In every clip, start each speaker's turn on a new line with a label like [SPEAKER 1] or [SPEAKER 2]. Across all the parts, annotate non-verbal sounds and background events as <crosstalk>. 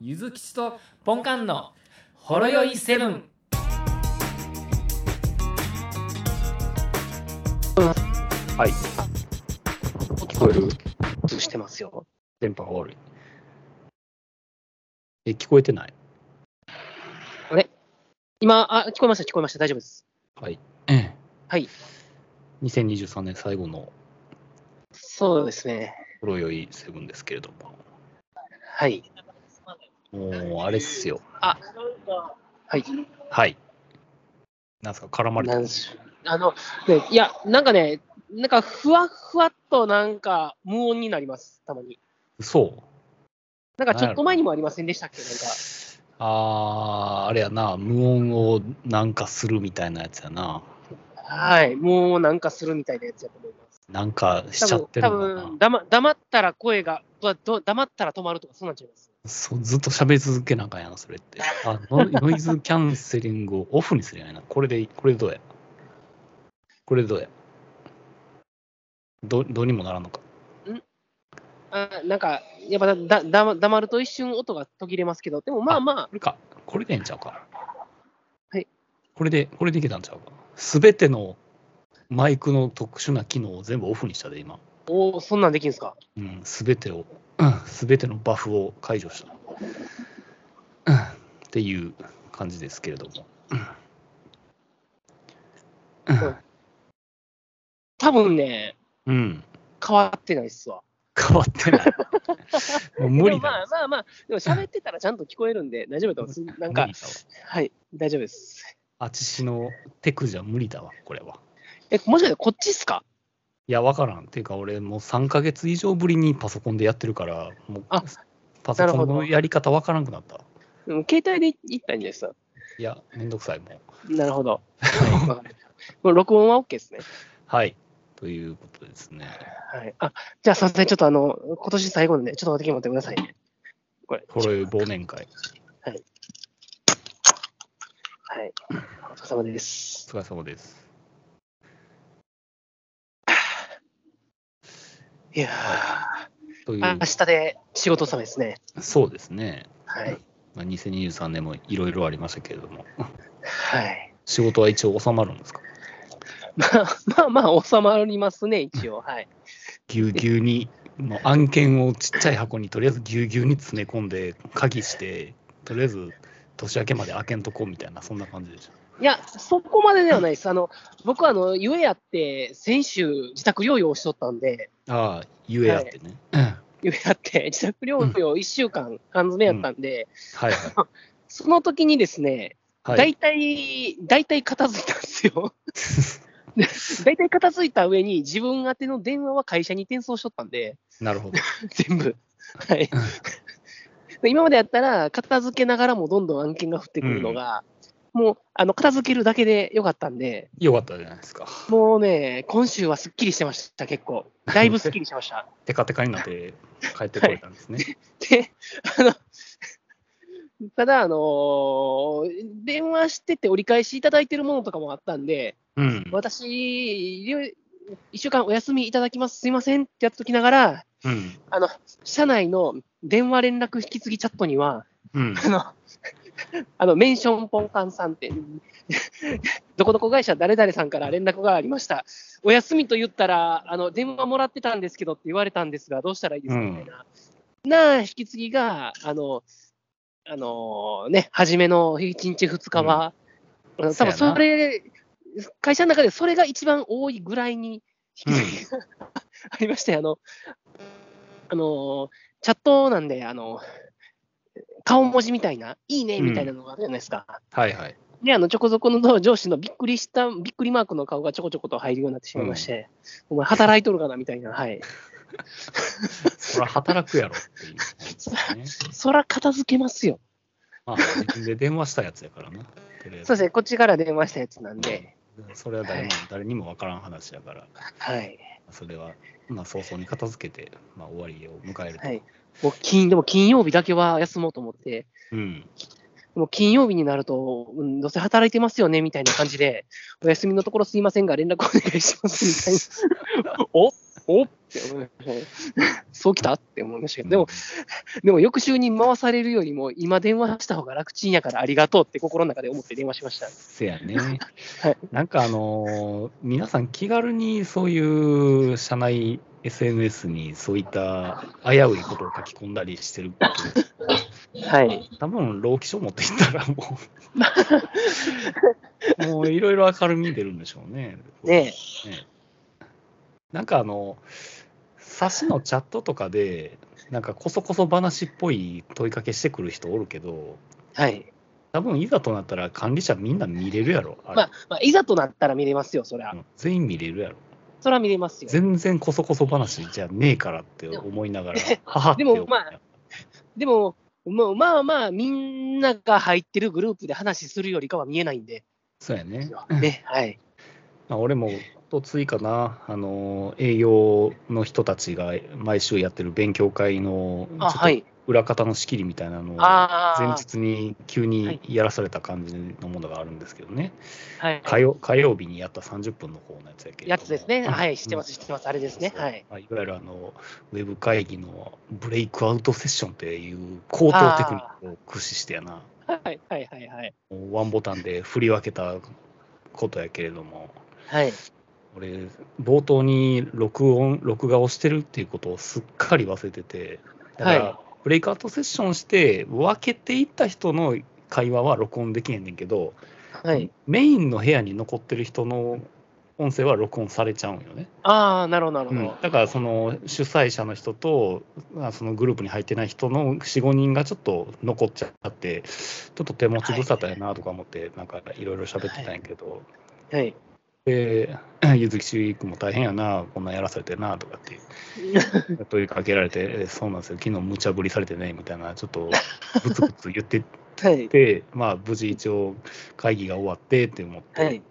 [SPEAKER 1] ゆずきちとポンカンのほろよいセブン。
[SPEAKER 2] はい。聞こえる
[SPEAKER 3] してますよ。
[SPEAKER 2] 電波が悪い。え、聞こえてない
[SPEAKER 3] 今、あ、聞こえました、聞こえました、大丈夫です。
[SPEAKER 2] はい。ええ
[SPEAKER 3] はい。
[SPEAKER 2] 2023年最後の
[SPEAKER 3] そうですね。
[SPEAKER 2] ほろ酔いセブンですけれど
[SPEAKER 3] はい。
[SPEAKER 2] も。もう、あれっすよ。
[SPEAKER 3] はい。
[SPEAKER 2] はい。なんすか、絡まれて
[SPEAKER 3] なんしあの、ね、いや、なんかね、なんかふわふわっとなんか無音になります、たまに。
[SPEAKER 2] そう。
[SPEAKER 3] なんかちょっと前にもありませんでしたっけ、なんか。
[SPEAKER 2] あー、あれやな、無音をなんかするみたいなやつやな。
[SPEAKER 3] はい。もうなんかするみたいなやつやと思います。
[SPEAKER 2] なんかしちゃ
[SPEAKER 3] 多
[SPEAKER 2] っ
[SPEAKER 3] 分、
[SPEAKER 2] てる
[SPEAKER 3] 多
[SPEAKER 2] のかな
[SPEAKER 3] 分。黙黙ったら声が、どど黙ったら止まるとか、そうなっちゃいます。
[SPEAKER 2] そうずっと喋り続けなあかんやな、それって。あノイノイズキャンセリングをオフにするやんな。これでいい、これでどうやこれでどうやどどうにもならんのか。
[SPEAKER 3] あなんか、やっぱだだ黙ると一瞬音が途切れますけど、でもまあま
[SPEAKER 2] これか。これでええんちゃうか。
[SPEAKER 3] はい。
[SPEAKER 2] これで、これでいけたんちゃうか。すべてのマイクの特殊な機能を全部オフにしたで、今。
[SPEAKER 3] あ、おお、そんなんできんすか。
[SPEAKER 2] うん、すべてを、すべてのバフを解除した。うんっていう感じですけれども。
[SPEAKER 3] 多分ね、
[SPEAKER 2] うんうん。
[SPEAKER 3] 変わってないっすわ。
[SPEAKER 2] 変わっ
[SPEAKER 3] <laughs>
[SPEAKER 2] てない。もう無
[SPEAKER 3] で
[SPEAKER 2] 理
[SPEAKER 3] もま
[SPEAKER 2] だ
[SPEAKER 3] あ。まあまあ、でも喋ってたらちゃんと聞こえるんで、大丈夫だと思い <laughs> ます。なん
[SPEAKER 2] 無
[SPEAKER 3] か
[SPEAKER 2] 理、だわ
[SPEAKER 3] はい、大丈夫です。
[SPEAKER 2] あちしのテクじゃ無理だわ、これは。
[SPEAKER 3] え、もしかしてこっちっすか
[SPEAKER 2] いや、わからん。っていうか、俺、もう3ヶ月以上ぶりにパソコンでやってるから、もう
[SPEAKER 3] あ
[SPEAKER 2] パソ
[SPEAKER 3] なる
[SPEAKER 2] コ
[SPEAKER 3] ほ
[SPEAKER 2] ンの
[SPEAKER 3] ど
[SPEAKER 2] やり方わからんくなった。
[SPEAKER 3] うん携帯で行ったらいいんじゃないですか。
[SPEAKER 2] いや、めんどくさい、もう。
[SPEAKER 3] なるほど。はいわかりました <laughs> もう録音は OK ですね。
[SPEAKER 2] はい。ということですね。
[SPEAKER 3] はい。あ、じゃあすいません、ちょっとあの、今年最後のね、ちょっとお手持ってくださいね。これ。
[SPEAKER 2] これ、忘年会。
[SPEAKER 3] はい。お疲れ様で
[SPEAKER 2] お
[SPEAKER 3] す。
[SPEAKER 2] 疲れ様です。
[SPEAKER 3] いや
[SPEAKER 2] とい
[SPEAKER 3] ー、あ
[SPEAKER 2] う
[SPEAKER 3] 明、日で仕事納めですね。
[SPEAKER 2] そうですね。
[SPEAKER 3] はい。
[SPEAKER 2] まあ2023年もいろいろありましたけれども、
[SPEAKER 3] はい。
[SPEAKER 2] 仕事は一応収まるんですか
[SPEAKER 3] まあまあまあ、収まりますね、一応。はい。
[SPEAKER 2] ぎゅうぎゅうに、もう案件をちっちゃい箱にとりあえずぎゅうぎゅうに詰め込んで、鍵して、とりあえず年明けまで開けんとこみたいな、そんな感じでし
[SPEAKER 3] いや、そこまでではないです。あの、僕はあの、ゆえやって、先週、自宅療養しとったんで、
[SPEAKER 2] た。ああ、ゆえやってね。
[SPEAKER 3] ゆえやって、自宅療養1週間、缶詰やったんで、
[SPEAKER 2] はいは
[SPEAKER 3] その時にですね、
[SPEAKER 2] い。はい、
[SPEAKER 3] 大体、大体片付いたんです <laughs> よ。で大体片付いた上に、自分宛ての電話は会社に転送しとったんで、
[SPEAKER 2] なるほど。
[SPEAKER 3] 全部。はい。で今までやったら、片付けながらもどんどん案件が降ってくるのが、もう、あの、片付けるだけでよかったんで、
[SPEAKER 2] よかったじゃないですか。
[SPEAKER 3] もうね、今週はすっきりしてました、結構。だいぶすっきりしま
[SPEAKER 2] <laughs>
[SPEAKER 3] した。
[SPEAKER 2] テカテカになって帰ってこれたんですね。
[SPEAKER 3] で、あの、ただ、あのー電話してて折り返しいただいてるものとかもあったんで、
[SPEAKER 2] うん。
[SPEAKER 3] 私、一週間お休みいただきます、すいませんってやっときながら、
[SPEAKER 2] うん。
[SPEAKER 3] あの、社内の電話連絡引き継ぎチャットには、
[SPEAKER 2] うん。
[SPEAKER 3] あの、あの、メンションポンカンさんって、 <laughs> どこどこ会社誰々さんから連絡がありました。お休みと言ったら、あの、電話もらってたんですけどって言われたんですが、どうしたらいいですかみたいな。なあ、引き継ぎが、あの、あのね、初めの1日2日は、あの多分
[SPEAKER 2] そうやな
[SPEAKER 3] それ、会社の中でそれが一番多いぐらいに引き継ぎが、ありまして、あの、あの、チャットなんで、あの、顔文字みたいな、いいねみたいなのがあるじゃないですか。
[SPEAKER 2] はいはい。
[SPEAKER 3] で、あの、ちょこそこの上司のびっくりした、びっくりマークの顔がちょこちょこと入るようになってしまいまして、お前働いとるかなみたいな、はい。
[SPEAKER 2] それは働くやろっていう感じですね。
[SPEAKER 3] そら片付けますよ。
[SPEAKER 2] まあ、自分で電話したやつやからな。とりあえず
[SPEAKER 3] そうですね、こっちから電話したやつなんで、
[SPEAKER 2] それは誰も
[SPEAKER 3] はい
[SPEAKER 2] 誰にもわからん話やから、
[SPEAKER 3] はい。
[SPEAKER 2] それは、まあ、早々に片付けて、まあ、終わりを迎えると。
[SPEAKER 3] はい。もう金、でも金曜日だけは休もうと思って、
[SPEAKER 2] うん。
[SPEAKER 3] もう金曜日になると、うん、どうせ働いてますよね、みたいな感じで、お休みのところすいませんが、連絡お願いします、みたいな。おおって思いましたね。 <laughs> そうきたって思いましたけど、 <laughs> でも、でも翌週に回されるよりも、今電話した方が楽ちんやからありがとうって心の中で思って電話しました。
[SPEAKER 2] せやね。なんかあのー皆さん気軽にそういう社内 SNS にそういった危ういことを書き込んだりしてるけ
[SPEAKER 3] はい。
[SPEAKER 2] ど多分、老気症持っていったらも
[SPEAKER 3] <laughs>
[SPEAKER 2] う、もういろいろ明るみに出るんでしょうね。
[SPEAKER 3] ね
[SPEAKER 2] なんかあの、冊子のチャットとかで、なんかこそこそ話っぽい問いかけしてくる人おるけど、
[SPEAKER 3] え。はい。
[SPEAKER 2] 多分いざとなったら管理者みんな見れるやろ。あれ
[SPEAKER 3] まあ、まあ、いざとなったら見れますよ、そりゃ
[SPEAKER 2] う。ん全員見れるやろ。
[SPEAKER 3] そりゃ見れますよ。
[SPEAKER 2] 全然こそこそ話じゃねえからって思いながら、母って
[SPEAKER 3] で
[SPEAKER 2] 思い
[SPEAKER 3] も
[SPEAKER 2] ながら
[SPEAKER 3] でも、もうまあまあ、みんなが入ってるグループで話するよりかは見えないんで。
[SPEAKER 2] そうやね。
[SPEAKER 3] ね、はい。
[SPEAKER 2] まあ、俺もとついかな、あの営業の人たちが毎週やってる勉強会のちょ
[SPEAKER 3] あ、
[SPEAKER 2] っと
[SPEAKER 3] はい。
[SPEAKER 2] 裏方の仕切りみたいなのを
[SPEAKER 3] ああ。
[SPEAKER 2] 前日に急にやらされた感じのものがあるんですけどね、
[SPEAKER 3] はい。
[SPEAKER 2] 火曜火曜日にやった30分の方のやつやけれども
[SPEAKER 3] やつですね。はい、知ってま
[SPEAKER 2] うん
[SPEAKER 3] す、知ってます。あれですね。
[SPEAKER 2] そう
[SPEAKER 3] はい。
[SPEAKER 2] まあいわゆるあのウェブ会議のブレイクアウトセッションっていう高等テクニックを駆使してやな、
[SPEAKER 3] はい、はい、はい、はい。
[SPEAKER 2] もうワンボタンで振り分けたことやけれども、
[SPEAKER 3] はい。
[SPEAKER 2] 俺、冒頭に録音、録画をしてるっていうことをすっかり忘れてて、だから、
[SPEAKER 3] は
[SPEAKER 2] ブレイクアウトセッションして、分けていった人の会話は録音できへんねんけど、
[SPEAKER 3] はい。
[SPEAKER 2] メインの部屋に残ってる人の音声は録音されちゃうんよね。
[SPEAKER 3] ああ、なるほど、なるほど。
[SPEAKER 2] だから、その主催者の人と、あそのグループに入ってない人の4、5人がちょっと残っちゃって、ちょっと手持ち無沙汰やなとか思って、なんかいろいろ喋ってたんやけど。
[SPEAKER 3] はい。
[SPEAKER 2] で、 <clears throat> ゆずきしくんも大変やな、こんなんやらされてなとかって問いかけられて、えそうなんですよ、昨日無茶ぶりされてねみたいな、ちょっとぶつぶつ言って
[SPEAKER 3] はい。
[SPEAKER 2] て、まあ、無事一応会議が終わってって思って、
[SPEAKER 3] はい。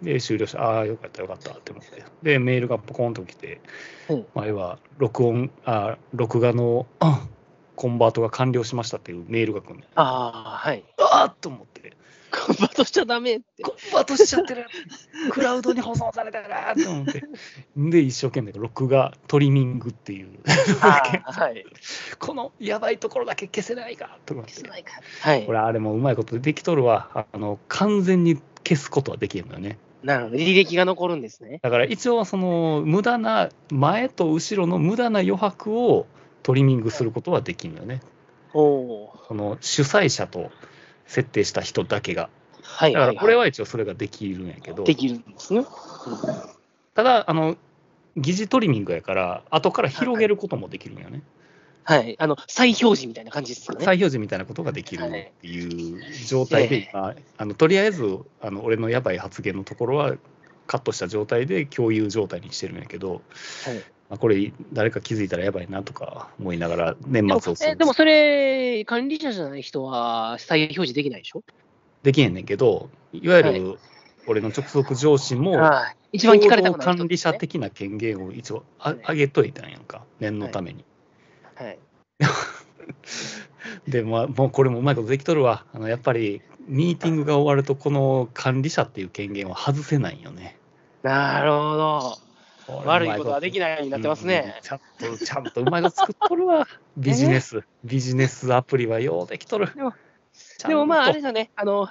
[SPEAKER 2] で、終了して、ああ、よかったよかったって思って、で、メールがポコンと来て、
[SPEAKER 3] うん
[SPEAKER 2] 前は録音、あ録画のあコンバートが完了しましたっていうメールが来るんだよ。
[SPEAKER 3] ああ、はい。
[SPEAKER 2] あーっと思って。
[SPEAKER 3] コンバートしちゃダメって。
[SPEAKER 2] コンバートしちゃ
[SPEAKER 3] <laughs>
[SPEAKER 2] ってるクラウドに保存されてると思ってで一生懸命録画トリミングっていう
[SPEAKER 3] ああ、 <laughs> はい。
[SPEAKER 2] このやばいところだけ消せないかと思っ
[SPEAKER 3] 消
[SPEAKER 2] て
[SPEAKER 3] せないからはい
[SPEAKER 2] こ。れあれもうまいことできとるわあの完全に消すことはできへんのよね
[SPEAKER 3] なるほど。履歴が残るんですね。
[SPEAKER 2] だから一応はその無駄な前と後ろの無駄な余白をトリミングすることはできんのよね
[SPEAKER 3] おお
[SPEAKER 2] この主催者と設定した人だけが
[SPEAKER 3] ー。はい。
[SPEAKER 2] だからこれ
[SPEAKER 3] は
[SPEAKER 2] は一応それができるんやけど
[SPEAKER 3] い、できるんですね。
[SPEAKER 2] ただあの疑似トリミングやから後から広げることもできるんよね、
[SPEAKER 3] はい。あの、再表示みたいな感じですよね。
[SPEAKER 2] 再表示みたいなことができるっていう状態で今、あのとりあえずあの俺のやばい発言のところはカットした状態で共有状態にしてるんやけど、
[SPEAKER 3] はい
[SPEAKER 2] まあ、これ誰か気づいたらやばいなとか思いながら年
[SPEAKER 3] でも
[SPEAKER 2] 末を過ごす
[SPEAKER 3] えでもそれ、管理者じゃない人は再表示できないでしょ
[SPEAKER 2] できへんねんけどいわゆ
[SPEAKER 3] はい
[SPEAKER 2] る俺の直属上司も、
[SPEAKER 3] はい。一番聞かれたく
[SPEAKER 2] 行動
[SPEAKER 3] ない人で
[SPEAKER 2] 管理
[SPEAKER 3] すね
[SPEAKER 2] 者的な権限を一応あ
[SPEAKER 3] はい
[SPEAKER 2] 上げといたんやんか念のために。
[SPEAKER 3] はい。
[SPEAKER 2] で、まあ、もうこれもうまいことできとるわ。あのやっぱり、ミーティングが終わると、この管理者っていう権限は外せないよね。
[SPEAKER 3] なるほど。悪いことはでき
[SPEAKER 2] ない
[SPEAKER 3] ないようになってますね。
[SPEAKER 2] ちゃんと、ちゃんとうまいこと作っと
[SPEAKER 3] <laughs>
[SPEAKER 2] るわ。ビジネス、ビジネスアプリはようできとる。
[SPEAKER 3] でも
[SPEAKER 2] ちゃんと
[SPEAKER 3] でもまあ、あれですよね、あの、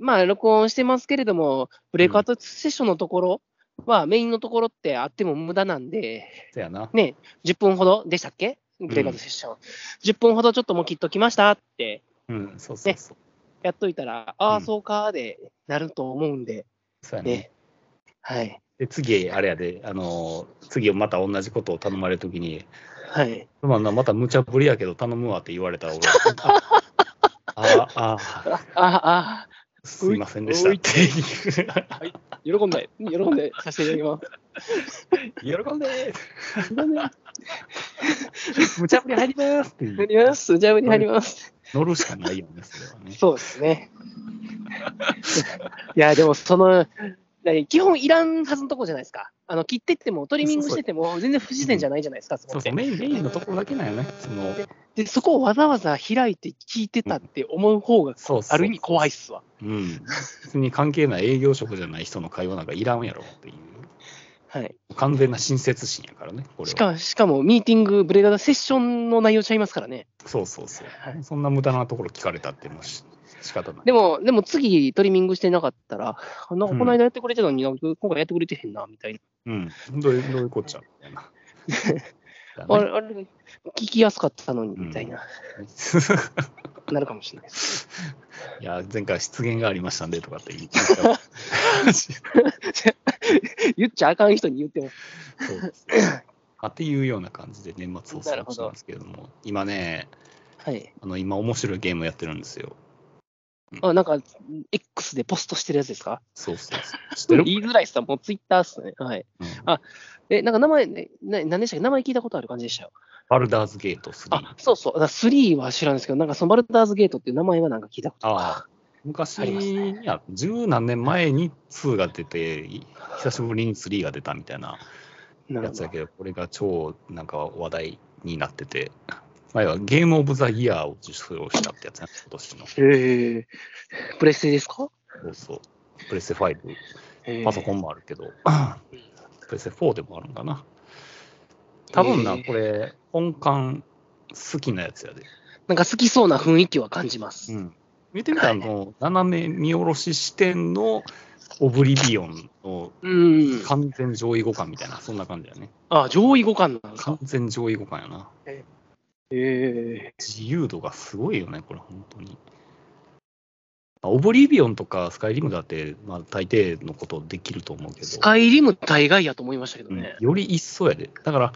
[SPEAKER 3] まあ、録音してますけれども、ブレイクアウトセッションのところは、メインのところってあっても無駄なんで、
[SPEAKER 2] そやな。
[SPEAKER 3] ね、10分ほどでしたっけブレイクアウトセッション。10分ほどちょっともう切っときましたって
[SPEAKER 2] うん、そうそうそう。
[SPEAKER 3] やっといたら、あ
[SPEAKER 2] う
[SPEAKER 3] あ、
[SPEAKER 2] ん
[SPEAKER 3] そうかーでなると思うんで、
[SPEAKER 2] そうやね
[SPEAKER 3] ね。。はい。
[SPEAKER 2] で、次、あれやで、あの、次また同じことを頼まれるときに、
[SPEAKER 3] はい。
[SPEAKER 2] まあ、また無茶ぶりやけど頼むわって言われ
[SPEAKER 3] <laughs>
[SPEAKER 2] たら、俺、ああ、あ、
[SPEAKER 3] あ
[SPEAKER 2] すいませんでしたっていう。
[SPEAKER 3] あ、喜んで、喜んでさせていただきま
[SPEAKER 2] 喜んでー
[SPEAKER 3] す。
[SPEAKER 2] <laughs>
[SPEAKER 3] すいません
[SPEAKER 2] 無茶ぶり入りますって
[SPEAKER 3] 入ります。ジャブに入ります。
[SPEAKER 2] 乗るしかないよね、それはね。
[SPEAKER 3] そうですね。 <laughs> いや、でもその、何基本いらんはずのとこじゃないですか。あの切ってっても、トリミングしてても、全然不自然じゃないじゃないですか、そこ
[SPEAKER 2] そう
[SPEAKER 3] って
[SPEAKER 2] そう、メイン、メインのところだけなんよね。その、
[SPEAKER 3] で、そこをわざわざ開いて聞いてたって思う方が、
[SPEAKER 2] そうそう
[SPEAKER 3] ある意味怖いっすわ。
[SPEAKER 2] うん。別に関係ない営業職じゃない人の会話なんかいらんやろっていう。
[SPEAKER 3] はい、
[SPEAKER 2] 完全な親切心やからね、これは。
[SPEAKER 3] しかしかも、ミーティング、ブレードセッションの内容ちゃいますからね。
[SPEAKER 2] そうそうそう、
[SPEAKER 3] はい
[SPEAKER 2] そんな無駄なところ聞かれたってもうし仕方ない。
[SPEAKER 3] でも、でも次、トリミングしてなかったら、あなんか
[SPEAKER 2] うん
[SPEAKER 3] この間やってくれてたのに、なんか今回やってくれてへんな、みたいな。
[SPEAKER 2] うん。どういうどういうこっちゃみた <laughs> いな。だ
[SPEAKER 3] あ
[SPEAKER 2] ね
[SPEAKER 3] れ、あれ聞きやすかったのに、みたいな、なるかもしれないです。
[SPEAKER 2] いや、前回失言がありましたんでとかって言って。
[SPEAKER 3] 言っちゃあかん人に言っても。
[SPEAKER 2] そうです <laughs> あっていうような感じで年末を過ごしたんですけれども、今ね、
[SPEAKER 3] はい。
[SPEAKER 2] あの今面白いゲームをやってるんですよ。
[SPEAKER 3] あ、なんか、X でポストしてるやつですか
[SPEAKER 2] そうそうそう。知ってる
[SPEAKER 3] 言いづらいっすわもうツイッターっすね。はい。
[SPEAKER 2] うん
[SPEAKER 3] え、なんか名前、ね、な何でしたっけ名前聞いたことある感じでしたよ。
[SPEAKER 2] バルダーズゲート3。
[SPEAKER 3] あ、そうそう。だから3は知らんですけど、なんかそのバルダーズゲートっていう名前はなんか聞いたこと
[SPEAKER 2] ああ昔
[SPEAKER 3] ありますね
[SPEAKER 2] には十何年前に2が出て、い久しぶりに3が出たみたいな
[SPEAKER 3] なる
[SPEAKER 2] や
[SPEAKER 3] ほ
[SPEAKER 2] つ
[SPEAKER 3] ど
[SPEAKER 2] だ。けど、これが超なんか話題になってて、前はゲームオブザイヤーを受賞したってやつや今年の。
[SPEAKER 3] へえプレステですか
[SPEAKER 2] そうそう。プレステ5、パソコ
[SPEAKER 3] ン。
[SPEAKER 2] ンもある <laughs> けど、プレステ4でもあるんかな。多分な、
[SPEAKER 3] えー
[SPEAKER 2] これ、本館好きなやつやで。
[SPEAKER 3] なんか好きそうな雰囲気は感じます。
[SPEAKER 2] うん。見てみたら、あの、斜め見下ろし視点のオブリビオンの
[SPEAKER 3] うん。
[SPEAKER 2] 完全上位互換みたいな、そんな感じだよね。
[SPEAKER 3] あ、上位互換なんです
[SPEAKER 2] 完
[SPEAKER 3] か。
[SPEAKER 2] 全上位互換やな。
[SPEAKER 3] ええ
[SPEAKER 2] 自由度がすごいよね、これ、本当に。あオブリビオンとかスカイリムだって、まあ、大抵のことできると思うけど、
[SPEAKER 3] スカイリム大概やと思いましたけど
[SPEAKER 2] うん
[SPEAKER 3] ね。
[SPEAKER 2] より一層やで。だから、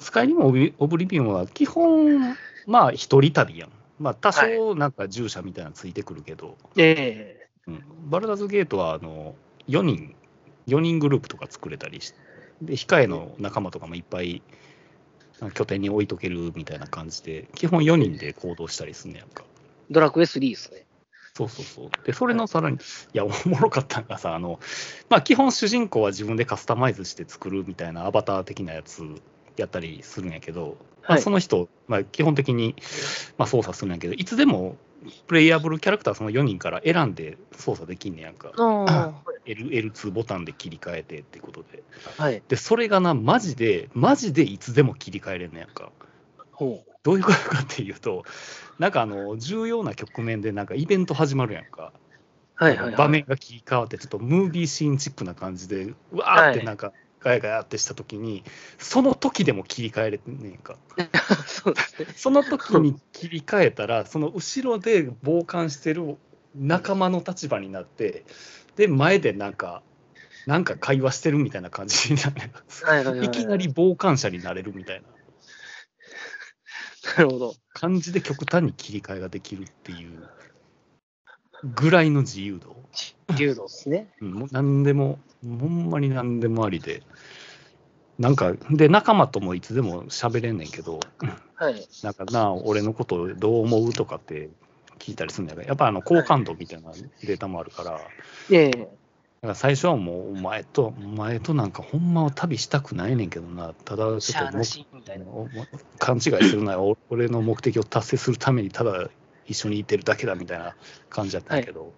[SPEAKER 2] スカイリムオブオブリビオンは基本、まあ、一人旅やん。まあ、多少なんか従者みたいなのついてくるけど、
[SPEAKER 3] ええ
[SPEAKER 2] うんバルダーズゲートはあの4人、4人グループとか作れたりして、で、控えの仲間とかもいっぱいなんか拠点に置いとけるみたいな感じで、基本4人で行動したりすんねやんか。
[SPEAKER 3] ドラクエ3ですね。
[SPEAKER 2] そうそうそう。で、それのさらに、いや、おもろかったのがさ、あの、まあ、基本主人公は自分でカスタマイズして作るみたいなアバター的なやつやったりするんやけど、
[SPEAKER 3] は
[SPEAKER 2] まあ、
[SPEAKER 3] い
[SPEAKER 2] そ。の人、まあ、基本的に、まあ、操作するんやけど、いつでもプレイヤブルキャラクターその4人から選んで操作できんねやんか。
[SPEAKER 3] あ
[SPEAKER 2] L L2 ボタンで切り替えてってことで。
[SPEAKER 3] あ。はい。
[SPEAKER 2] で、それがな、マジで、マジでいつでも切り替えれんねやんか。
[SPEAKER 3] ほう。
[SPEAKER 2] どういうことかっていうと、なんかあの、重要な局面でなんかイベント始まるやんか。
[SPEAKER 3] はいはい、はい。
[SPEAKER 2] 場面が切り替わってちょっとムービーシーンチックな感じでうわーっ
[SPEAKER 3] は
[SPEAKER 2] て
[SPEAKER 3] い
[SPEAKER 2] なんかガヤガヤってした時にその時でも切り替えれてんねんか
[SPEAKER 3] そうですね。
[SPEAKER 2] その時に切り替えたらその後ろで傍観してる仲間の立場になってで前でなんかなんか会話してるみたいな感じになる
[SPEAKER 3] はいはいはい。
[SPEAKER 2] いきなり。傍観者になれるみたいな
[SPEAKER 3] なるほど。
[SPEAKER 2] 感じで極端に切り替えができるっていうぐらいの自由度。
[SPEAKER 3] 流動ですね。
[SPEAKER 2] うん、もう何でも、ほんまに何でもありで、なんか、で、仲間ともいつでも喋れんねんけど、
[SPEAKER 3] はい。
[SPEAKER 2] なんか、なあ、俺のことどう思うとかって聞いたりするんだけど、やっぱあの好感度みたいなデータもあるから、だか
[SPEAKER 3] ええ
[SPEAKER 2] ら最初はもう、お前と、お前となんか、ほんまは旅したくないねんけどな、ただち
[SPEAKER 3] し
[SPEAKER 2] ょ
[SPEAKER 3] ゃあ
[SPEAKER 2] っと
[SPEAKER 3] な
[SPEAKER 2] も
[SPEAKER 3] し、みたいな。
[SPEAKER 2] おも勘違いするなよ、お俺の目的を達成するために、ただ一緒にいてるだけだみたいな感じだったんやけど、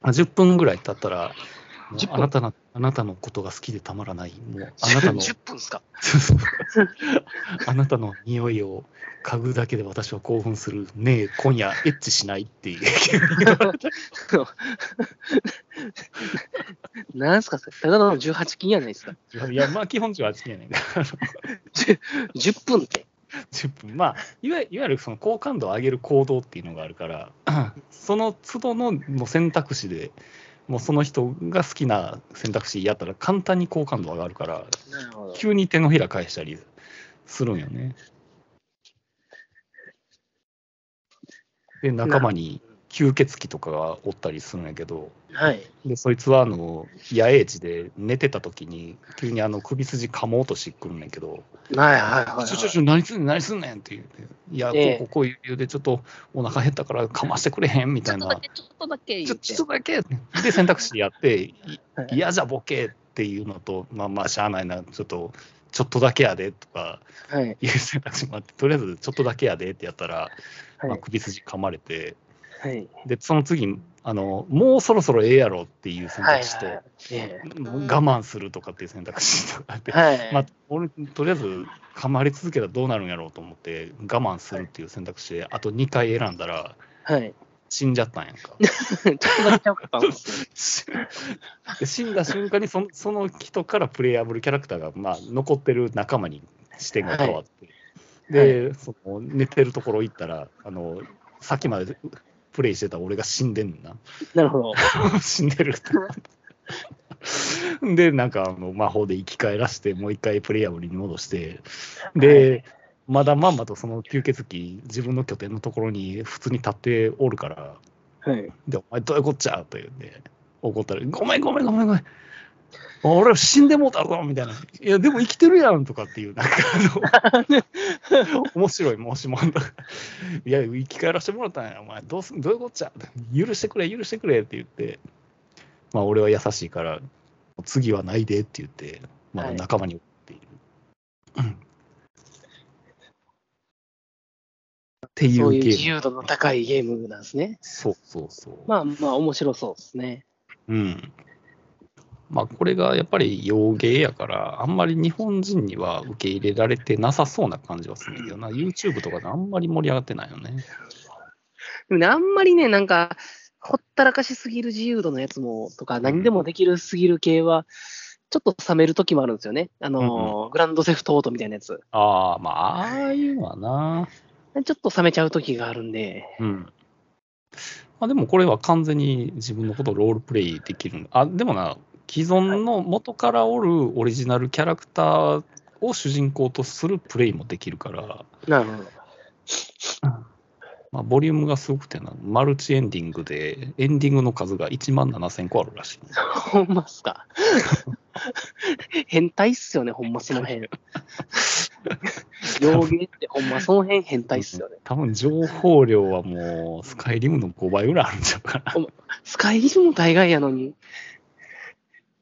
[SPEAKER 2] まあ10分ぐらい経ったら、もう
[SPEAKER 3] 10分
[SPEAKER 2] あなたのあなたのことが好きでたまらない、も <laughs> うあなたの
[SPEAKER 3] 10分ですか。
[SPEAKER 2] あなたの <laughs> 匂いを嗅ぐだけで私は興奮する、ねえ、今夜エッチしないっていう、
[SPEAKER 3] なんすか、それただの18金やないですか。
[SPEAKER 2] いや、まあ、基本中は8やねんけど
[SPEAKER 3] 10分って。
[SPEAKER 2] 10分まあいわゆいわゆるその好感度を上げる行動っていうのがあるからその都度のもう選択肢でもうその人が好きな選択肢やったら簡単に好感度上がるから
[SPEAKER 3] なるほど。
[SPEAKER 2] 急に手のひら返したりするんよね。で仲間に吸血鬼とかがおったりするんやけど
[SPEAKER 3] はい。
[SPEAKER 2] でそいつはあの野営地で寝てた時に急にあの首筋噛もうとしてくるんやけど。
[SPEAKER 3] はいはいはい、
[SPEAKER 2] ちょちょ
[SPEAKER 3] は
[SPEAKER 2] ちょ、何すんねん、何すんねんって言って、いや、
[SPEAKER 3] ええ
[SPEAKER 2] こうこうこういう理由でちょっとお腹減ったからかましてくれへんみたいな、
[SPEAKER 3] い。ちょっとだけ
[SPEAKER 2] ちょちょっとだけで選択肢やって、い
[SPEAKER 3] はい
[SPEAKER 2] 嫌じゃボケっていうのと、まあまあ、しゃあないな、ちょっと、ちょっとだけやでとか
[SPEAKER 3] はい。
[SPEAKER 2] いう選択肢もあって、とりあえずちょっとだけやでってやったら、
[SPEAKER 3] はい
[SPEAKER 2] まあ、首筋噛まれて、
[SPEAKER 3] はい。
[SPEAKER 2] で、その次、あの、もうそろそろええやろっていう選
[SPEAKER 3] はい
[SPEAKER 2] 択肢と、
[SPEAKER 3] はいえ
[SPEAKER 2] もう我慢するとかっていう選択肢とかあって
[SPEAKER 3] え、はい。
[SPEAKER 2] まあ、俺、とりあえず、かまり続けたらどうなるんやろうと思って、我慢するっていう選択肢で、あと2回選んだら、
[SPEAKER 3] はい。
[SPEAKER 2] 死んじゃったんやんか。
[SPEAKER 3] ちょっとだけちゃったんです
[SPEAKER 2] で死んだ瞬間にその、その人からプレイアブルキャラクターが、まあ、残ってる仲間に視点が変わって、で、その寝てるところ行ったら、あの、さっきまでプレイしてた俺が死んでんな。
[SPEAKER 3] けど。なるほど。
[SPEAKER 2] 死んでるってなってでなんかあの魔法で生き返らしてもう一回プレイヤーをに戻してで、まだまんまとその吸血鬼自分の拠点のところに普通に立っておるから
[SPEAKER 3] はい。
[SPEAKER 2] 「でお前どういうこっちゃ?」と言って怒ったら「ごめんごめんごめんごめん俺は死んでもうたぞ」みたいな「いやでも生きてるやん」とかっていうなんかあの <laughs> 面白い申し物だいや生き返らせてもらったんやお前どうすどういうこっちゃ許してくれ許してくれ」って言ってまあ俺は優しいから「次はないで」って言って、まあ、
[SPEAKER 3] はい
[SPEAKER 2] 仲間に送っている。うんってい
[SPEAKER 3] そう
[SPEAKER 2] う
[SPEAKER 3] いう
[SPEAKER 2] ゲ
[SPEAKER 3] 自
[SPEAKER 2] ーム。
[SPEAKER 3] 由度の高いゲームなんですね。
[SPEAKER 2] そうそうそう。
[SPEAKER 3] まあまあ、面白そうですね。
[SPEAKER 2] うん。まあこれがやっぱり洋芸やから、あんまり日本人には受け入れられてなさそうな感じはするんだけどな、YouTube とかであんまり盛り上がってないよね。
[SPEAKER 3] でもね、あんまりね、なんか、ほったらかしすぎる自由度のやつも、とか、何でもできるすぎる系は、ちょっと冷める時もあるんですよね。あのー、グランドセフトオートみたいなやつ。
[SPEAKER 2] ああ、まあ、ああいうのはな。
[SPEAKER 3] ちょっと冷めちゃう時があるんで。
[SPEAKER 2] うん。まあでもこれは完全に自分のことをロールプレイできるんだあ、でもな、既存の元からおるオリジナルキャラクターを主人公とするプレイもできるから、
[SPEAKER 3] なるほど。
[SPEAKER 2] まあ、ボリュームがすごくてな、マルチエンディングで、エンディングの数が1万7000個あるらしい。
[SPEAKER 3] ほんまっすか。変態っすよね、ほんまその辺。洋芸ってほんまその辺変態っすよね。
[SPEAKER 2] 多分情報量はもう、スカイリムの5倍ぐらいあるんちゃうかな。
[SPEAKER 3] <laughs> スカイリムも大概やのに。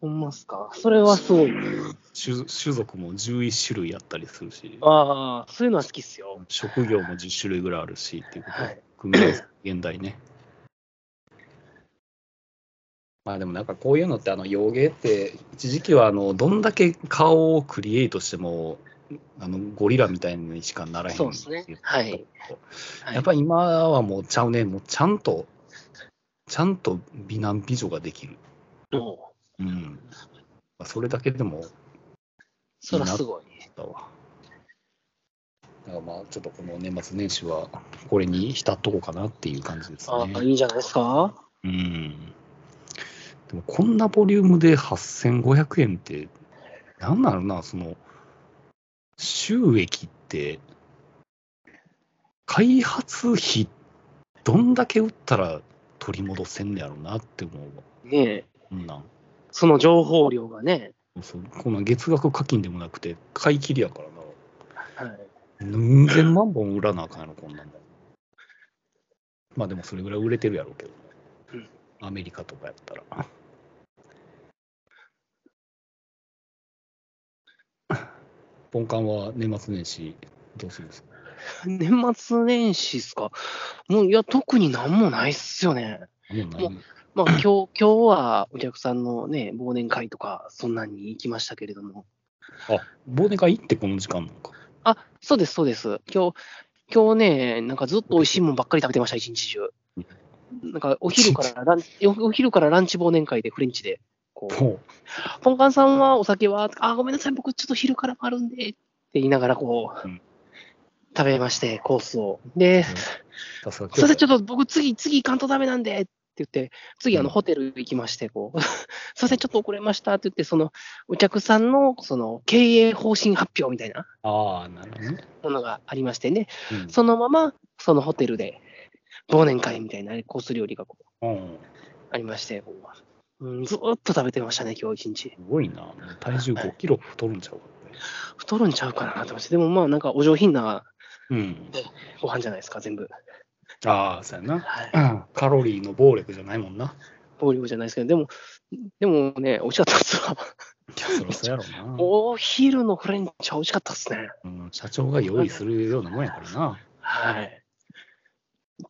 [SPEAKER 3] ほんまっすか。それはすごい。
[SPEAKER 2] 種種族も11種類あったりするし、
[SPEAKER 3] ああ、そういうのは好きっすよ。
[SPEAKER 2] 職業も10種類ぐらいあるしっていうこと
[SPEAKER 3] はい
[SPEAKER 2] で、組み合わせ、現代ね。まあでもなんかこういうのって、あの、洋芸って、一時期はあの、どんだけ顔をクリエイトしても、あのゴリラみたいにしかならへん
[SPEAKER 3] そうっすねはいはい
[SPEAKER 2] やっぱり今はもうちゃうね、もうちゃんと、ちゃんと美男美女ができる。
[SPEAKER 3] もう、
[SPEAKER 2] うん。まあそれだけでも
[SPEAKER 3] そらすごい。
[SPEAKER 2] だわ。だからまあ、ちょっとこの年末年始は、これに浸っとこうかなっていう感じです
[SPEAKER 3] ああ、
[SPEAKER 2] ね。
[SPEAKER 3] いいんじゃないですか。
[SPEAKER 2] うん。でも、こんなボリュームで8500円って、なんなのな、その、収益って、開発費、どんだけ売ったら取り戻せんねやろうなって思うわ。
[SPEAKER 3] ねえ、
[SPEAKER 2] こんなん。
[SPEAKER 3] その情報量がね。
[SPEAKER 2] そうこんなん月額課金でもなくて、買い切りやからな。
[SPEAKER 3] はい、
[SPEAKER 2] 何千万本売らなあかんやろ、こんなんもん。まあでもそれぐらい売れてるやろうけど
[SPEAKER 3] うん、
[SPEAKER 2] アメリカとかやったら。 <laughs> ポンカンは年末年始どうするんですか
[SPEAKER 3] 年末年始っすか。もう、いや、特になんもないっすよね。
[SPEAKER 2] もうない
[SPEAKER 3] <coughs> まあ、今日、今日はお客さんのね、忘年会とか、そんなに行きましたけれども。
[SPEAKER 2] あ、忘年会行ってこの時間なのか。
[SPEAKER 3] あ、そうです、そうです。今日、今日ね、なんかずっと美味しいもんばっかり食べてました、一日中。なんか、お昼からランチ、おお昼からランチ忘年会で、フレンチで。こう、 <laughs>
[SPEAKER 2] も
[SPEAKER 3] ポンカンさんはお酒は、あ、ごめんなさい、僕ちょっと昼からもあるんで、って言いながら、こう、
[SPEAKER 2] うん
[SPEAKER 3] 食べまして、コースを。で、
[SPEAKER 2] う、さすが
[SPEAKER 3] すいません、ちょ
[SPEAKER 2] っ
[SPEAKER 3] っと僕次、次行かんとダメなんでって言って、次、あの、
[SPEAKER 2] うん
[SPEAKER 3] ホテル行きまして、こう、すい <laughs> ません、ちょっと遅れましたって言って、その、お客さんの、その、経営方針発表みたいな
[SPEAKER 2] と。ああ、なるほどね。
[SPEAKER 3] ものがありましてね、
[SPEAKER 2] うん
[SPEAKER 3] そのまま、そのホテルで、忘年会みたいなコース料理がこう
[SPEAKER 2] うん。
[SPEAKER 3] ありまして、こううん、ずーっと食べてましたね、今日一日。
[SPEAKER 2] すごいな。もう体重5キロ太るんちゃうかっ
[SPEAKER 3] 太るんちゃうかなと思って、でもまあ、なんかお上品な
[SPEAKER 2] て。うん。
[SPEAKER 3] ご飯じゃないですか、全部。
[SPEAKER 2] ああ、そうやな。
[SPEAKER 3] はい。 <laughs>
[SPEAKER 2] うんカロリーの暴力じゃないもんな。
[SPEAKER 3] 暴力じゃないですけど、でも、でもね、美味しかったっすわ。
[SPEAKER 2] いや、そりゃそうやろう
[SPEAKER 3] <laughs> お昼のフレンチは美味しかったっすね。
[SPEAKER 2] な、うん。社長が用意するようなもんやからな。
[SPEAKER 3] はい。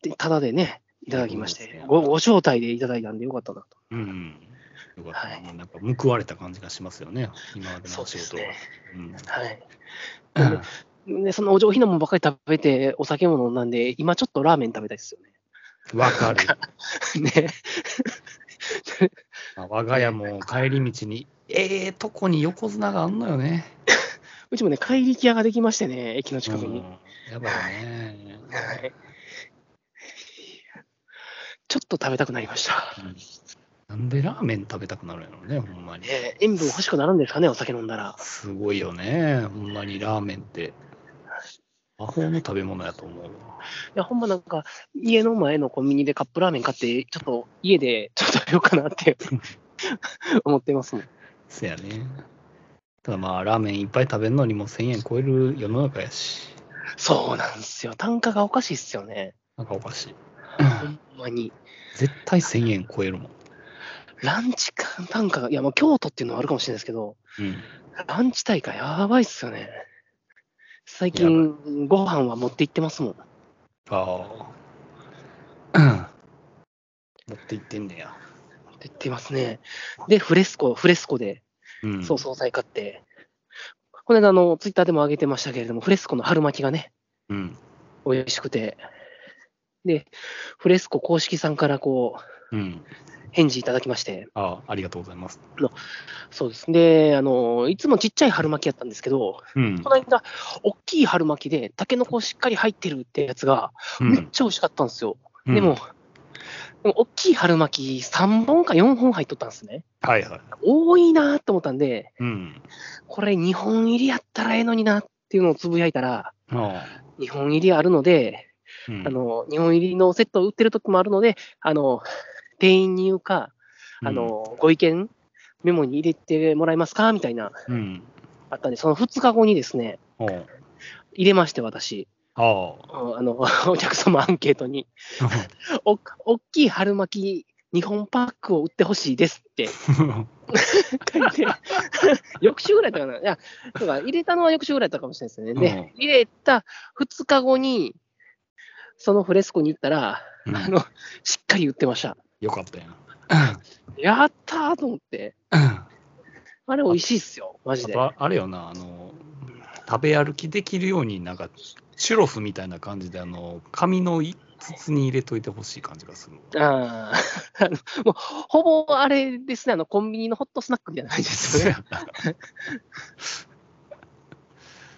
[SPEAKER 3] で、ただでね、いただきまして、ごご招待でいただいたんでよかったなと。
[SPEAKER 2] うん。よかったな、
[SPEAKER 3] はい
[SPEAKER 2] もうなんか報われた感じがしますよね、今までのお仕事は。うん
[SPEAKER 3] はい。で、そのお上品なもんばっかり食べて、お酒も飲んだんで、今ちょっとラーメン食べたいですよ
[SPEAKER 2] わかる。
[SPEAKER 3] <laughs> ね。ね。
[SPEAKER 2] まあ我が家も帰り道に、ええとこに横綱があんのよね。
[SPEAKER 3] うちもね、怪力屋ができましてね、駅の近くに。
[SPEAKER 2] うんやばいね。
[SPEAKER 3] はい。ちょっと食べたくなりました。
[SPEAKER 2] なんでラーメン食べたくなるんやろうね、ほんまに。
[SPEAKER 3] ね、塩分欲しくなるんですかね、お酒飲んだら。
[SPEAKER 2] すごいよね、ほんまにラーメンって。魔法の食べ物やと思う。
[SPEAKER 3] いや、ほんまなんか、家の前のコンビニでカップラーメン買って、ちょっと家で <laughs> ちょっと食べようかなって <laughs> 思ってますもん。
[SPEAKER 2] せやね。ただまあ、ラーメンいっぱい食べるのにも1000円超える世の中やし、
[SPEAKER 3] そうなんですよ。単価がおかしいっすよね。
[SPEAKER 2] なんかおかしい。
[SPEAKER 3] ほんまに。
[SPEAKER 2] 絶対1000円超えるもん。
[SPEAKER 3] ランチ間単価が、いや、まあ京都っていうのはあるかもしれないですけど、
[SPEAKER 2] うん。
[SPEAKER 3] ランチ大会やばいっすよね。最
[SPEAKER 2] や
[SPEAKER 3] 近、ご飯は持って行ってますもん。
[SPEAKER 2] ああ。 <coughs> 持って行ってんねや。
[SPEAKER 3] って言ってますね。で、フレスコ、フレスコで、
[SPEAKER 2] うん
[SPEAKER 3] そう、総菜買って。この間、あの、ツイッターでも上げてましたけれども、フレスコの春巻きがね、
[SPEAKER 2] う。うん。
[SPEAKER 3] 美味しくて。で、フレスコ公式さんからこう、
[SPEAKER 2] うん。
[SPEAKER 3] 返事いただきまして、
[SPEAKER 2] ああ、ありがとうございます。
[SPEAKER 3] そうです。で、あの、いつもちっちゃい春巻きやったんですけど、
[SPEAKER 2] うん
[SPEAKER 3] こ。の間、大きい春巻きで、タケノコしっかり入ってるってやつが、
[SPEAKER 2] う
[SPEAKER 3] めっ
[SPEAKER 2] ん
[SPEAKER 3] ちゃ美味しかったんですよ。でも、、でも大きい春巻き3本か4本入っとったんですね。
[SPEAKER 2] うんはいはい。
[SPEAKER 3] 多いなーと思ったんで、
[SPEAKER 2] うん。
[SPEAKER 3] これ2本入りやったらええのになっていうのをつぶやいたら、
[SPEAKER 2] ああ。
[SPEAKER 3] 2本入りあるので、
[SPEAKER 2] うん
[SPEAKER 3] あの、2本入りのセットを売ってる時もあるので、あの、店員に言うか、あ、の、ご意見、メモに入れてもらえますかみたいな、
[SPEAKER 2] うんうん。
[SPEAKER 3] あったんで、その2日後にですね、
[SPEAKER 2] おう
[SPEAKER 3] 入れまして、私。
[SPEAKER 2] あ <laughs> あ。
[SPEAKER 3] うんあの、 <laughs> お客様アンケートに、お、大きい春巻き2本パックを売ってほしいです
[SPEAKER 2] <laughs>
[SPEAKER 3] って書いて、翌週ぐらいだったかな。いや、そうか入れたのは翌週ぐらいだったかもしれないですね。で、入れた2日後に、そのフレスコに行ったら、
[SPEAKER 2] うん
[SPEAKER 3] あの、しっかり売ってました。
[SPEAKER 2] よかったやん。 <laughs>
[SPEAKER 3] やったーと思って。
[SPEAKER 2] あ
[SPEAKER 3] あれ美味しいっすよ、マジで。
[SPEAKER 2] とああれよな、あの、食べ歩きできるように、なんか、チュロスみたいな感じで、あの、紙の一筒に入れといてほしい感じがする。
[SPEAKER 3] <laughs> あー <laughs> あのもうほぼあれですね、あのコンビニのホットスナックみたいな感じですよね。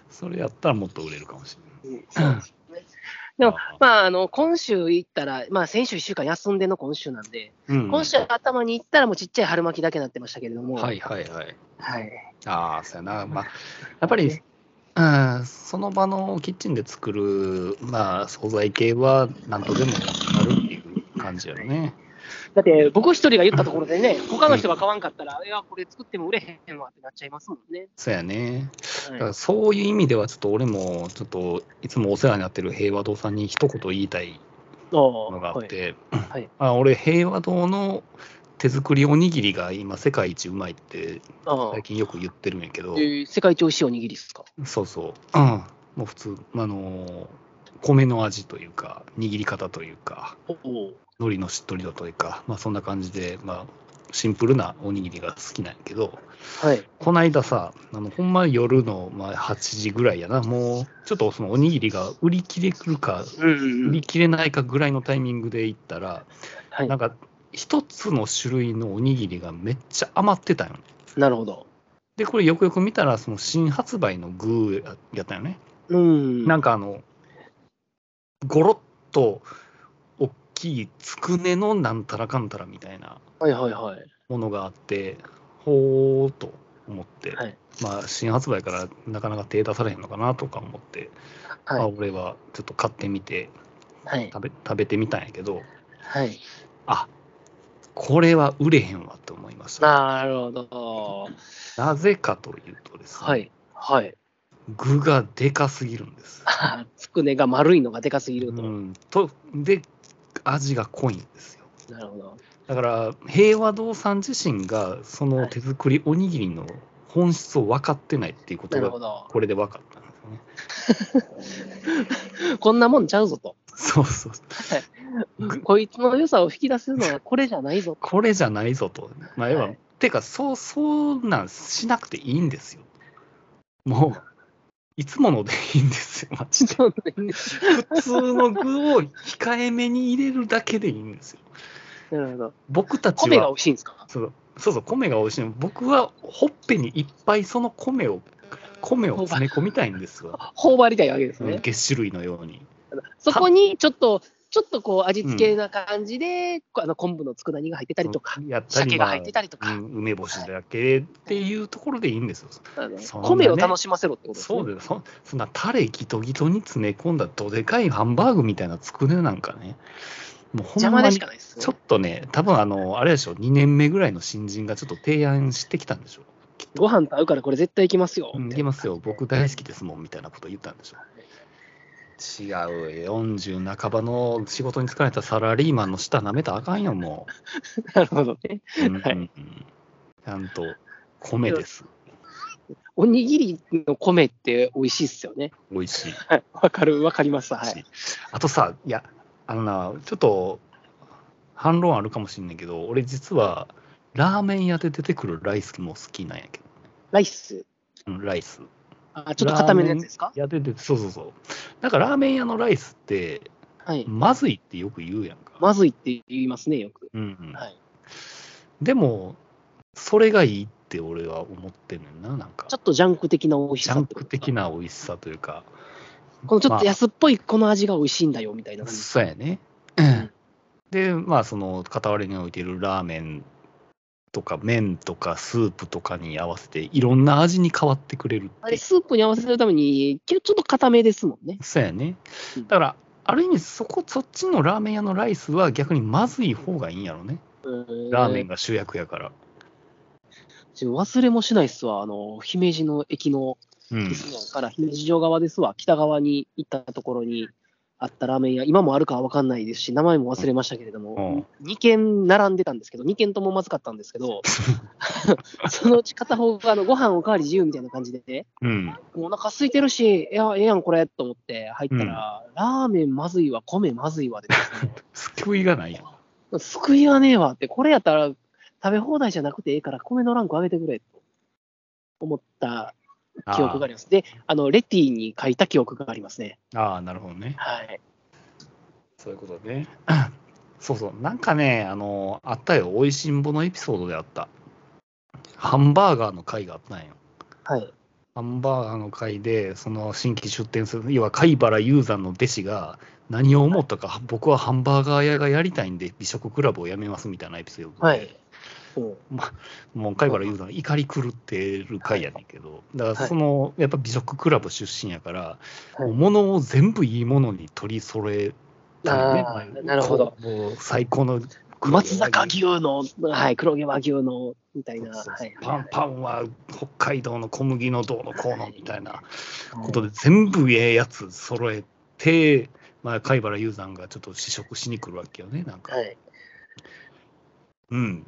[SPEAKER 2] それやったらもっと売れるかもしれ
[SPEAKER 3] そうですねでも
[SPEAKER 2] あー、
[SPEAKER 3] まあ、あの今週行ったら、まあ、先週1週間休んでの今週なんで、
[SPEAKER 2] ない。
[SPEAKER 3] 今週頭に行ったら、もうちっちゃい春巻きだけになってましたけれども、
[SPEAKER 2] はいはいはい。
[SPEAKER 3] はい、
[SPEAKER 2] ああ、そうやな。まあ、やっぱり、うん、その場のキッチンで作る、まあ、惣菜系は何とでもなるっていう感じやろね。
[SPEAKER 3] だって僕一人が言ったところで
[SPEAKER 2] <laughs>
[SPEAKER 3] ね、他の人が買わんかったら、いや、これ作っても売れへんわってなっちゃいますもんね。
[SPEAKER 2] そうやね。だか
[SPEAKER 3] は
[SPEAKER 2] らそういう意味では、ちょっと俺も、ちょっといつもお世話になってる平和堂さんに一言言いたい
[SPEAKER 3] い、の
[SPEAKER 2] のがあっ。て、
[SPEAKER 3] はい
[SPEAKER 2] あ俺、平和堂の手作りおにぎりが今、世界一うまいって
[SPEAKER 3] ああ
[SPEAKER 2] 最近よく言ってるんやけど、
[SPEAKER 3] えー世界一美味しいおにぎりですか。
[SPEAKER 2] そうそう、うん、もう普通、あのー米の味というか、握り方というか、
[SPEAKER 3] おお
[SPEAKER 2] 海苔のしっとり度というか、まあ、そんな感じで、まあ、シンプルなおにぎりが好きなんやけど、
[SPEAKER 3] はい。
[SPEAKER 2] こないださ、あのほんま夜の、まあ、8時ぐらいやな、もうちょっとそのおにぎりが売り切れるか、
[SPEAKER 3] うん
[SPEAKER 2] 売り切れないかぐらいのタイミングで行ったら、
[SPEAKER 3] はい
[SPEAKER 2] なんか、一つの種類のおにぎりがめっちゃ余ってたよね。
[SPEAKER 3] なるほど。
[SPEAKER 2] で、これよくよく見たら、その新発売の具やったよね。
[SPEAKER 3] うん。
[SPEAKER 2] なんんかあの、ごろっと大きいつくねのなんたらかんたらみたいな
[SPEAKER 3] はいはいはい。
[SPEAKER 2] ものがあって、ほーっと思って、
[SPEAKER 3] はい
[SPEAKER 2] まあ新発売からなかなか手出されへんのかなとか思って、まあ、
[SPEAKER 3] はい。
[SPEAKER 2] 俺はちょっと買ってみて
[SPEAKER 3] はい。
[SPEAKER 2] 食べ、食べてみたんやけど、
[SPEAKER 3] はい。
[SPEAKER 2] あこれは売れへんわと思いました。
[SPEAKER 3] なるほど。
[SPEAKER 2] なぜかというとですね、
[SPEAKER 3] はい。はい。 <laughs>
[SPEAKER 2] 具がでかすぎるんです。
[SPEAKER 3] あつくねが丸いのがでかすぎ
[SPEAKER 2] う
[SPEAKER 3] ると。
[SPEAKER 2] ん、とで、味が濃いんですよ。
[SPEAKER 3] なるほど。
[SPEAKER 2] だから平和堂さん自身がその手作りおにぎりの本質を分かってないっていうこ
[SPEAKER 3] な
[SPEAKER 2] と
[SPEAKER 3] る
[SPEAKER 2] が
[SPEAKER 3] ほど。
[SPEAKER 2] これで分かったんですよね。
[SPEAKER 3] こんなもんちゃうぞと。
[SPEAKER 2] そうそう。
[SPEAKER 3] こいつの良さを引き出すのはこれじゃないぞ
[SPEAKER 2] <laughs>
[SPEAKER 3] と。
[SPEAKER 2] これじゃないぞと。まあ、要は、
[SPEAKER 3] はい
[SPEAKER 2] てか、そう、そうなんしなくていいんですよ。もう、いつものでいいんですよ、マジで。
[SPEAKER 3] そうなんです
[SPEAKER 2] 普通の具を控えめに入れるだけでいいんですよ。
[SPEAKER 3] なるほど。
[SPEAKER 2] 僕たち
[SPEAKER 3] 米が美
[SPEAKER 2] は、
[SPEAKER 3] 味しいんですか
[SPEAKER 2] そうそうそう、米が美味しいの。僕は、ほっぺにいっぱいその米を、米を詰め込みたいんです
[SPEAKER 3] <laughs>
[SPEAKER 2] よ。
[SPEAKER 3] 頬張りたいわけです
[SPEAKER 2] うん
[SPEAKER 3] ね。
[SPEAKER 2] 月種類のように。
[SPEAKER 3] そこにちょっと、ちょっとこう味付けな感じで、こうあの昆布の佃煮が入ってたりとか、
[SPEAKER 2] やったり、
[SPEAKER 3] 鮭
[SPEAKER 2] ま
[SPEAKER 3] が
[SPEAKER 2] あ
[SPEAKER 3] 入ってたりと
[SPEAKER 2] う
[SPEAKER 3] か、
[SPEAKER 2] ん梅干しだけっていうところでいいんですよ。
[SPEAKER 3] あの
[SPEAKER 2] そんなね
[SPEAKER 3] 米を楽しませろってことですね。
[SPEAKER 2] そうだよそそんなタレギトギトに詰め込んだどでかいハンバーグみたいなつくねなんかねもうほ
[SPEAKER 3] 邪
[SPEAKER 2] んま
[SPEAKER 3] 魔で
[SPEAKER 2] に
[SPEAKER 3] し
[SPEAKER 2] ち
[SPEAKER 3] かないですね。
[SPEAKER 2] ょっとね多分あのあれでしょ2年目ぐらいの新人がちょっと提案してきたんでしょ
[SPEAKER 3] ご飯と合うからこれ絶対いきますよ。
[SPEAKER 2] うんいけますよ僕大好きですもんみたいなこと言ったんでしょ違うよ40半ばの仕事に疲れたサラリーマンの舌舐めたらあかんよも
[SPEAKER 3] なるほどね。
[SPEAKER 2] う、うんうんうん
[SPEAKER 3] はい
[SPEAKER 2] ちゃんと米です
[SPEAKER 3] おにぎりの米って美味しいっすよね。
[SPEAKER 2] 美味しい
[SPEAKER 3] はい。わかる、わかります。は
[SPEAKER 2] し
[SPEAKER 3] い。
[SPEAKER 2] あとさ、いや、あのな、ちょっと反論あるかもしんないけど、俺実はラーメン屋で出てくるライスも好きなんやけ
[SPEAKER 3] ライス。
[SPEAKER 2] ど、うんライス。
[SPEAKER 3] あ、ちょっと固めのやつですか
[SPEAKER 2] 屋で出て、そうそうそう。なんかラーメン屋のライスって、
[SPEAKER 3] はい。
[SPEAKER 2] まずいってよく言うやんか。
[SPEAKER 3] まずいって言いますね、よく。
[SPEAKER 2] うんうん
[SPEAKER 3] はい。
[SPEAKER 2] でも、それがいいって俺は思ってんねんな、なんか
[SPEAKER 3] ちょ。っとジャンク的な美味し
[SPEAKER 2] ジ
[SPEAKER 3] さ
[SPEAKER 2] ャ
[SPEAKER 3] っ
[SPEAKER 2] ン
[SPEAKER 3] てこ
[SPEAKER 2] ク
[SPEAKER 3] とです
[SPEAKER 2] 的
[SPEAKER 3] か。
[SPEAKER 2] な美味しさというか、
[SPEAKER 3] このちょっと
[SPEAKER 2] まあ
[SPEAKER 3] 安っぽいこの味が美味しいんだよみたいな感じ。
[SPEAKER 2] そうやね
[SPEAKER 3] ん。
[SPEAKER 2] で、まあ、その、片割れに置いてるラーメンとか、麺とか、スープとかに合わせて、いろんな味に変わってくれるっ
[SPEAKER 3] あ
[SPEAKER 2] てい
[SPEAKER 3] れ、
[SPEAKER 2] う。
[SPEAKER 3] スープに合わせるために、ちょっと固めですもんね。
[SPEAKER 2] そうやね
[SPEAKER 3] う。ん
[SPEAKER 2] だから、ある意味、そこ、そっちのラーメン屋のライスは逆にまずい方がいいんやろね。ラーメンが主役やから。
[SPEAKER 3] ちょ忘れもしないっすわ。あの、姫路の駅の、
[SPEAKER 2] うん。
[SPEAKER 3] から姫路城側ですわ。北側に行ったところにあったラーメン屋、今もあるかは分かんないですし、名前も忘れましたけれども、
[SPEAKER 2] うん
[SPEAKER 3] 2軒並んでたんですけど、2軒ともまずかったんですけ
[SPEAKER 2] <laughs>
[SPEAKER 3] ど、そのうち片方があのご飯おかわり自由みたいな感じでね、
[SPEAKER 2] うん。
[SPEAKER 3] もうお腹空いてるし、いや、ええやん、これ、と思って入ったら、ラーメンまずいわ、米まずいわでですね、
[SPEAKER 2] 救いがないやん。
[SPEAKER 3] 救いはねえわって、これやったら食べ放題じゃなくてええから、米のランク上げてくれ、と思った記憶があります。で、あの、レティに書いた記憶がありますね。
[SPEAKER 2] あーあー、なるほどね。
[SPEAKER 3] はい。
[SPEAKER 2] そういうことね。 <coughs> そうそう、なんかね、あの、あったよ、おいしんぼのエピソードであった。ハンバーガーの会があったんよ。
[SPEAKER 3] はい。
[SPEAKER 2] ハンバーガーの会で、その新規出店する、要は貝原雄山の弟子が、何を思ったか、僕はハンバーガー屋がやりたいんで、美食クラブをやめますみたいなエピソードで、
[SPEAKER 3] はい。うん
[SPEAKER 2] もう貝原雄山、怒り狂ってる会やねんけど、だからその、やっぱ美食クラブ出身やから、
[SPEAKER 3] はい
[SPEAKER 2] もう物を全部いいものに取り揃えたよね
[SPEAKER 3] あー
[SPEAKER 2] まあ
[SPEAKER 3] なるほど。
[SPEAKER 2] もう最高の
[SPEAKER 3] 松坂牛の、はい、黒毛和牛の、みたいな。
[SPEAKER 2] そうそう
[SPEAKER 3] はい
[SPEAKER 2] パンパンは北海道の小麦のどうのこうのみたいな
[SPEAKER 3] はい
[SPEAKER 2] ことで全部ええやつ揃えて、まあ、貝原雄山がちょっと試食しに来るわけよねなんか、
[SPEAKER 3] はい。
[SPEAKER 2] うん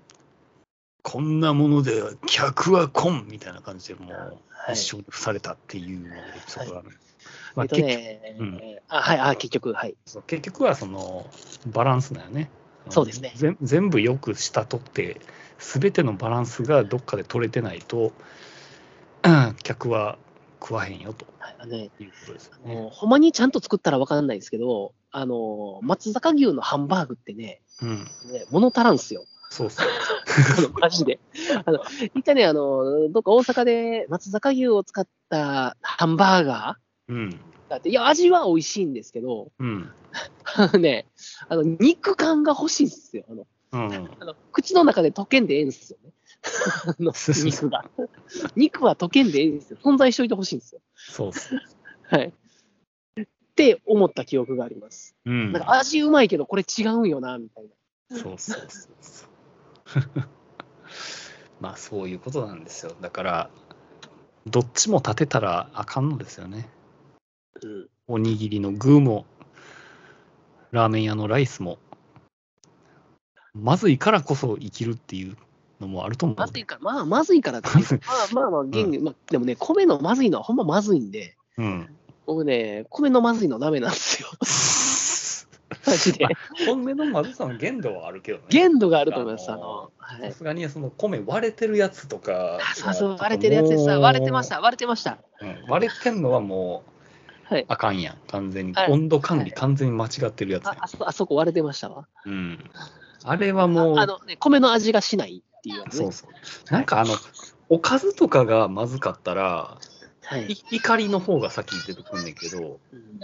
[SPEAKER 2] こんなもので客は来んみたいな感じでもう
[SPEAKER 3] はい
[SPEAKER 2] 一生に付されたっていうエピソードがある、ま
[SPEAKER 3] えっ
[SPEAKER 2] あ
[SPEAKER 3] と
[SPEAKER 2] 結局
[SPEAKER 3] ね
[SPEAKER 2] うん、
[SPEAKER 3] あ、はい、あ、結局、はい。
[SPEAKER 2] そう結局はそのバランスだよね
[SPEAKER 3] そうですね
[SPEAKER 2] 全全部よくしたとって全てのバランスがどっかで取れてないと <clears throat> うん客は食わへんよと
[SPEAKER 3] はいあのね、
[SPEAKER 2] いうことですよね。
[SPEAKER 3] もうほんまにちゃんと作ったらわかんないですけど、あの、松坂牛のハンバーグってね、
[SPEAKER 2] うん、
[SPEAKER 3] ね物足らんすよ。 <laughs>
[SPEAKER 2] そうそう。
[SPEAKER 3] あのマジで。あの、一回ね、あの、どっか大阪で松坂牛を使ったハンバーガ
[SPEAKER 2] うん、
[SPEAKER 3] ーだって、いや、味は美味しいんですけど、
[SPEAKER 2] うん、
[SPEAKER 3] あのね、あの、肉感が欲しいんですよ。あの、
[SPEAKER 2] うん、
[SPEAKER 3] あの口の中で溶けんでええんですよね。 <laughs> あの肉が。肉は溶けんでええんですよ。存在しといてほしいんですよ。
[SPEAKER 2] そうっす。
[SPEAKER 3] はい。って思った記憶があります。
[SPEAKER 2] うん、
[SPEAKER 3] なんか味うまいけど、これ違うんよな、みたいな。
[SPEAKER 2] そうそうそうそう。 <laughs> まあそういうことなんですよ。だからどっちも立てたらあかんのですよね。
[SPEAKER 3] うん。
[SPEAKER 2] おにぎりの具も、ラーメン屋のライスも、まずいからこそ生きるっていうのもあると思
[SPEAKER 3] <laughs>
[SPEAKER 2] う
[SPEAKER 3] ま。ずいから、まあ、まずいからっていう。まあまあまあ、現に、まあ、でもね、米のまずいのはほんままずいんで、
[SPEAKER 2] うん。
[SPEAKER 3] 僕ね、米のまずいのダメなんです <laughs> よ。マジで。
[SPEAKER 2] 本音のまずさの限度はあるけどね。
[SPEAKER 3] 限度があると思います。あ
[SPEAKER 2] あの
[SPEAKER 3] の、は
[SPEAKER 2] さ
[SPEAKER 3] い。
[SPEAKER 2] すがにその米割れてるやつとか。
[SPEAKER 3] そうそう、割れてるやつで
[SPEAKER 2] も
[SPEAKER 3] さ、
[SPEAKER 2] う
[SPEAKER 3] 割れてまし。た、割れてました。
[SPEAKER 2] うん割れてんのはもう
[SPEAKER 3] はい。
[SPEAKER 2] あかんやん。完全に。
[SPEAKER 3] はい
[SPEAKER 2] 温度管
[SPEAKER 3] は
[SPEAKER 2] 理
[SPEAKER 3] い
[SPEAKER 2] 完全に間違ってるやつや
[SPEAKER 3] ああそあそこ割れてましたわ。
[SPEAKER 2] ん。うん。あれは
[SPEAKER 3] あ
[SPEAKER 2] もう。
[SPEAKER 3] あのね、米の味がしないっていうやつ
[SPEAKER 2] そ
[SPEAKER 3] ね
[SPEAKER 2] う。そう。なんかあの、おかずとかがまずかったら、
[SPEAKER 3] はい
[SPEAKER 2] い。怒りの方が先に出てくんねんけど、
[SPEAKER 3] うん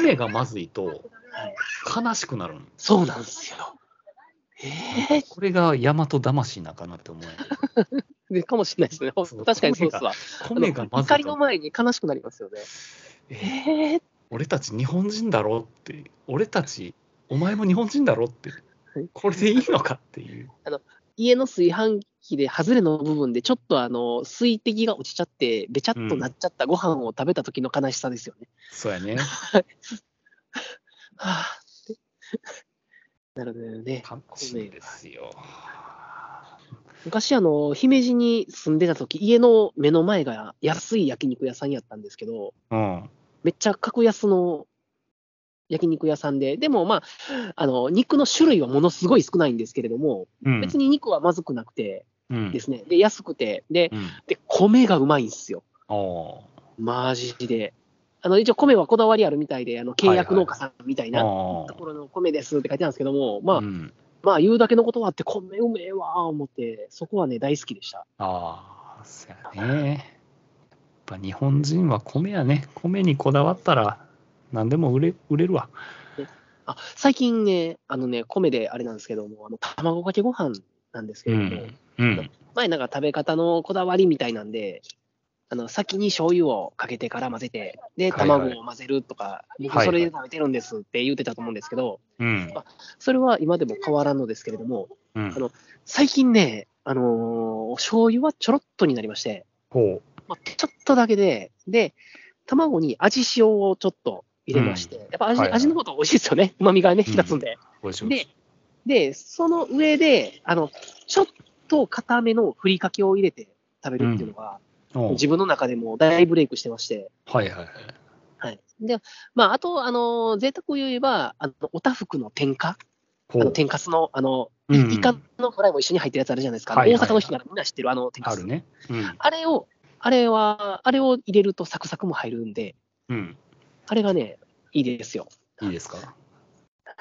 [SPEAKER 2] 米がまずいと悲しくなるの。
[SPEAKER 3] そうなんですよ。ええ
[SPEAKER 2] これが大和魂なんかなって思う。
[SPEAKER 3] でかもしれないですね。ほん
[SPEAKER 2] そう
[SPEAKER 3] 確かにそうっすわ。
[SPEAKER 2] 米が
[SPEAKER 3] あの
[SPEAKER 2] まず
[SPEAKER 3] 怒
[SPEAKER 2] い
[SPEAKER 3] りの
[SPEAKER 2] と、
[SPEAKER 3] 前に悲しくなりますよね。
[SPEAKER 2] え
[SPEAKER 3] ええ
[SPEAKER 2] 俺たち日本人だろって、俺たち、お前も日本人だろって
[SPEAKER 3] はい、
[SPEAKER 2] これでいいのかっていう。
[SPEAKER 3] 家の炊飯器で外れの部分でちょっとあの水滴が落ちちゃってべちゃっとなっちゃったご飯を食べた時の悲しさですよね。
[SPEAKER 2] そうやね。
[SPEAKER 3] はあってなるほどね。
[SPEAKER 2] 悲しいですよ。
[SPEAKER 3] 昔あの姫路に住んでた時家の目の前が安い焼肉屋さんやったんですけど
[SPEAKER 2] うん。
[SPEAKER 3] めっちゃ格安の焼肉屋さんででもまああの肉の種類はものすごい少ないんですけれども
[SPEAKER 2] うん。
[SPEAKER 3] 別に肉はまずくなくて
[SPEAKER 2] うん
[SPEAKER 3] ですねで安くてで
[SPEAKER 2] うん。
[SPEAKER 3] で米がうまいんですよ
[SPEAKER 2] お
[SPEAKER 3] マジであの一応米はこだわりあるみたいであの契約農家さんみたい
[SPEAKER 2] ー
[SPEAKER 3] な
[SPEAKER 2] お
[SPEAKER 3] と
[SPEAKER 2] ー。
[SPEAKER 3] ころの米ですって書いてあるんですけどもまあ
[SPEAKER 2] うん
[SPEAKER 3] まあ言うだけのことはあって米うめえわー思ってそこはね大好きでした
[SPEAKER 2] ああ、そやね。やっぱ日本人は米やね。米にこだわったら何でも売れ売れるわ。
[SPEAKER 3] あ最近ね、あのね、米であれなんですけども、あの卵かけご飯なんですけれども、。
[SPEAKER 2] うん。
[SPEAKER 3] 前なんか食べ方のこだわりみたいなんで、あの先に醤油をかけてから混ぜて、で、
[SPEAKER 2] はいはい
[SPEAKER 3] 卵を混ぜるとか、僕
[SPEAKER 2] はいはい
[SPEAKER 3] それで食べてるんですって言ってたと思うんですけど、
[SPEAKER 2] うん。
[SPEAKER 3] それは今でも変わらんのですけれども、
[SPEAKER 2] うん
[SPEAKER 3] あ。の最近ね、あのー醤油はちょろっとになりまして、
[SPEAKER 2] ほ
[SPEAKER 3] まあ、ちょっとだけで、で、卵に味塩をちょっと入れまして、やっぱ味,、
[SPEAKER 2] はいはい
[SPEAKER 3] 味のこと美味しいですよね、旨味がね、
[SPEAKER 2] うん
[SPEAKER 3] 引き立つんで。
[SPEAKER 2] う。おいしい
[SPEAKER 3] で、で、その上で、あの、ちょっと固めのふりかけを入れて食べるっていうのが、
[SPEAKER 2] おう
[SPEAKER 3] 自分の中でも大ブレイクしてまして、
[SPEAKER 2] はいはいはい。
[SPEAKER 3] はい。で、まあ、あと、あの、贅沢を言えば、あの、おたふくの天下、あ
[SPEAKER 2] ほ
[SPEAKER 3] の、
[SPEAKER 2] う。
[SPEAKER 3] 天かすの、あの、
[SPEAKER 2] う
[SPEAKER 3] い
[SPEAKER 2] んうん
[SPEAKER 3] イカのフライも一緒に入ってるやつあるじゃないですか。
[SPEAKER 2] はいはいはい
[SPEAKER 3] 大阪の人ならみんな知ってる、あの、天か
[SPEAKER 2] あ
[SPEAKER 3] す。
[SPEAKER 2] るね。うん。
[SPEAKER 3] あれを、あれは、あれを入れるとサクサクも入るんで、
[SPEAKER 2] うん。
[SPEAKER 3] あれがね、いいですよ。
[SPEAKER 2] いいですか。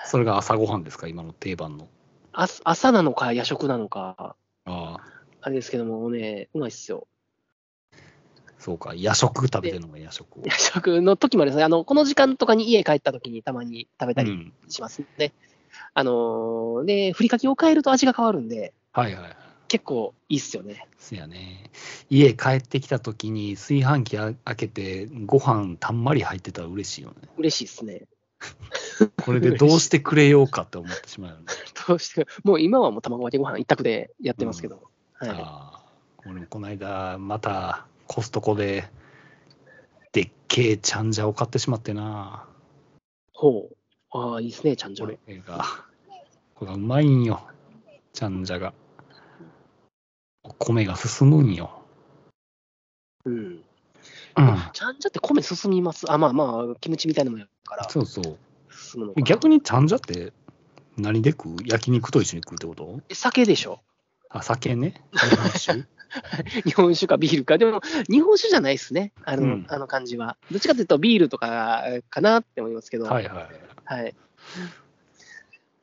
[SPEAKER 2] それが朝ごはんですか、今の定番の。
[SPEAKER 3] あ朝なのか夜食なのか、
[SPEAKER 2] ああ、
[SPEAKER 3] あれですけどもね、うまいっすよ。
[SPEAKER 2] そうか。夜食食べてるのが夜食を。
[SPEAKER 3] 夜食の時もありますね。あの、この時間とかに家帰った時にたまに食べ
[SPEAKER 2] う
[SPEAKER 3] たり
[SPEAKER 2] ん。
[SPEAKER 3] しますね。あのーで、ふりかけを変えると味が変わるんで、
[SPEAKER 2] はいはいはい。
[SPEAKER 3] 結構いいっすよね。
[SPEAKER 2] せやね。家帰ってきた時に炊飯器あ開けてご飯たんまり入ってたら嬉しいよね。
[SPEAKER 3] 嬉しいっすね。
[SPEAKER 2] これでどうしてくれようかって思ってしまうよね。
[SPEAKER 3] どうして、もう今はもう卵かけご飯一択でやってますけど。はい。
[SPEAKER 2] あー俺もこの間またコストコででっけえちゃんじゃを買ってしまってな。
[SPEAKER 3] ほう。ああ、いいっすね、ちゃんじゃ
[SPEAKER 2] こ
[SPEAKER 3] ん
[SPEAKER 2] れ。が。これがうまいんよ。ちゃんじゃが。お米が進むんよ。
[SPEAKER 3] うん。
[SPEAKER 2] うん。
[SPEAKER 3] ちゃんじゃって米進みます。あ、まあまあ、キムチみたいなもんやから、
[SPEAKER 2] そうそう。
[SPEAKER 3] 進むのかな
[SPEAKER 2] 逆にちゃんじゃって何で食う焼肉と一緒に食うってこと
[SPEAKER 3] え酒でしょ。
[SPEAKER 2] あ、
[SPEAKER 3] <laughs>
[SPEAKER 2] 酒ね。日本酒
[SPEAKER 3] 日本酒かビールか、でも日本酒じゃないですね、あの,、
[SPEAKER 2] うん
[SPEAKER 3] あの感じは。どっちかというと、ビールとかかなって思いますけど、。
[SPEAKER 2] はいいはい。
[SPEAKER 3] はい、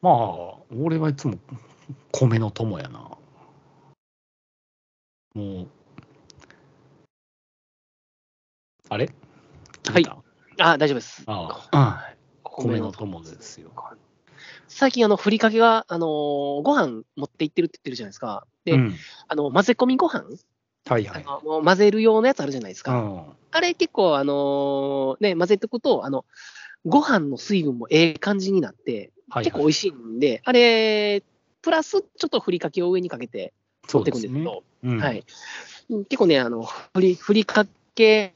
[SPEAKER 2] まあ、俺はいつも米の友やな。もう、あれ
[SPEAKER 3] はい
[SPEAKER 2] 聞た
[SPEAKER 3] あ大丈夫です。
[SPEAKER 2] ああ、うん
[SPEAKER 3] 米
[SPEAKER 2] 米
[SPEAKER 3] の
[SPEAKER 2] の
[SPEAKER 3] 友
[SPEAKER 2] 友ですよ。
[SPEAKER 3] 最近あの、ふりかけが、あのーご飯持って行ってるって言ってるじゃないですか。で、
[SPEAKER 2] うん、
[SPEAKER 3] あの混ぜ込みご飯、
[SPEAKER 2] はいはい。
[SPEAKER 3] あのもう混ぜる用のやつあるじゃないです
[SPEAKER 2] う
[SPEAKER 3] か。
[SPEAKER 2] ん、
[SPEAKER 3] あれ結構、あのーね、混ぜておくと、あのご飯の水分もええ感じになって、
[SPEAKER 2] はい
[SPEAKER 3] 結構美味しいんで、あれ、プラスちょっとふりかけを上にかけて
[SPEAKER 2] そ
[SPEAKER 3] 持
[SPEAKER 2] う
[SPEAKER 3] って
[SPEAKER 2] で
[SPEAKER 3] いくんで
[SPEAKER 2] す
[SPEAKER 3] すけ
[SPEAKER 2] ね
[SPEAKER 3] ど、。
[SPEAKER 2] うん
[SPEAKER 3] は。い、結構ね、あのふりふりかけ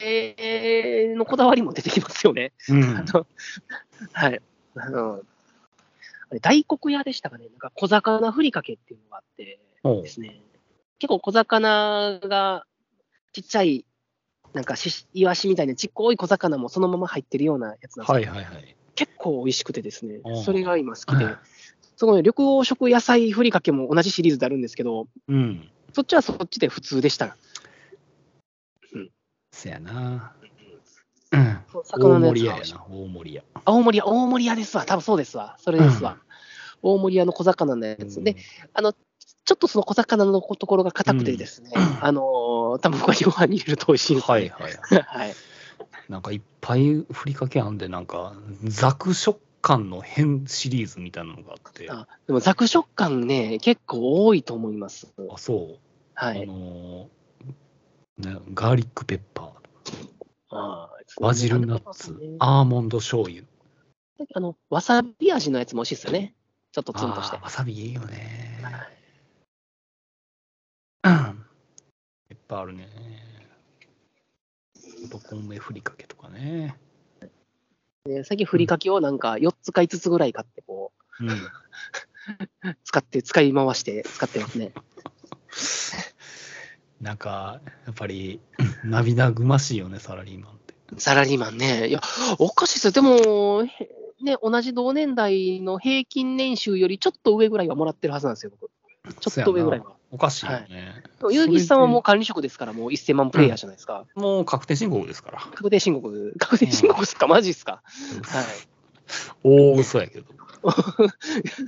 [SPEAKER 3] のこだわりも出てきますよね。
[SPEAKER 2] うん
[SPEAKER 3] あの <laughs> はいあのあれ大黒屋でしたかね、なんか小魚ふりかけっていうのがあって
[SPEAKER 2] おう
[SPEAKER 3] ですね、結構小魚がちっちゃいなんかし、イワシみたいなちっこい小魚もそのまま入ってるようなやつなんですけど、
[SPEAKER 2] はいはいはい。
[SPEAKER 3] 結構美味しくてですね
[SPEAKER 2] うん、
[SPEAKER 3] それが今好き
[SPEAKER 2] う
[SPEAKER 3] で
[SPEAKER 2] ん、
[SPEAKER 3] その緑黄色野菜ふりかけも同じシリーズであるんですけど、
[SPEAKER 2] うん。
[SPEAKER 3] そっちはそっちで普通でした。
[SPEAKER 2] せやな。うん。
[SPEAKER 3] そう
[SPEAKER 2] 大
[SPEAKER 3] 魚のや
[SPEAKER 2] 盛
[SPEAKER 3] つ
[SPEAKER 2] り
[SPEAKER 3] が美
[SPEAKER 2] 屋や
[SPEAKER 3] 味しい
[SPEAKER 2] な、大盛り屋。
[SPEAKER 3] 青森屋、大盛り屋ですわ。多分そうですわ。それですわ。大盛り屋の小魚のやつ、で、ちょっとその小魚のところが硬くてですね、あのー、卵にご飯に入れると美味しいです、ね。
[SPEAKER 2] はいはい。
[SPEAKER 3] <laughs> はい。
[SPEAKER 2] なんかいっぱいふりかけあんで、なんか、ザク食感の変シリーズみたいなのがあって、あ、
[SPEAKER 3] あでも、ザク食感ね、結構多いと思います。
[SPEAKER 2] そう。
[SPEAKER 3] は
[SPEAKER 2] あ
[SPEAKER 3] い。
[SPEAKER 2] のーね、ガーリックペッパー、
[SPEAKER 3] あー
[SPEAKER 2] バジルナッツ、アーモンド醤油。
[SPEAKER 3] あの、わさび味のやつも美味しいですよね。ちょっとツンとして
[SPEAKER 2] あー。わさびいいよね。
[SPEAKER 3] はい
[SPEAKER 2] うんいっぱいあるね。男梅ふりかけとかね。
[SPEAKER 3] で最近、ふりかけをなんか4つか5つぐらい買って、こ
[SPEAKER 2] うん、
[SPEAKER 3] う、使って、使い回して使ってますね。
[SPEAKER 2] なんか、やっぱり、 <laughs> 涙ぐましいよね、サラリーマンって。
[SPEAKER 3] サラリーマンね。いや、おかしいですよ。でも、へね、同じ同年代の平均年収よりちょっと上ぐらいはもらってるはずなんですよ、僕。ちょっと上ぐらいは。
[SPEAKER 2] おかしいよね。
[SPEAKER 3] でも、ゆうぎさんはもう
[SPEAKER 2] う
[SPEAKER 3] 管理職ですから、もう1000万プレイヤーじゃないですか。
[SPEAKER 2] もう確定申告ですから。
[SPEAKER 3] 確定申告、確定申告っすか、マジっすか。はい。
[SPEAKER 2] 大嘘やけど。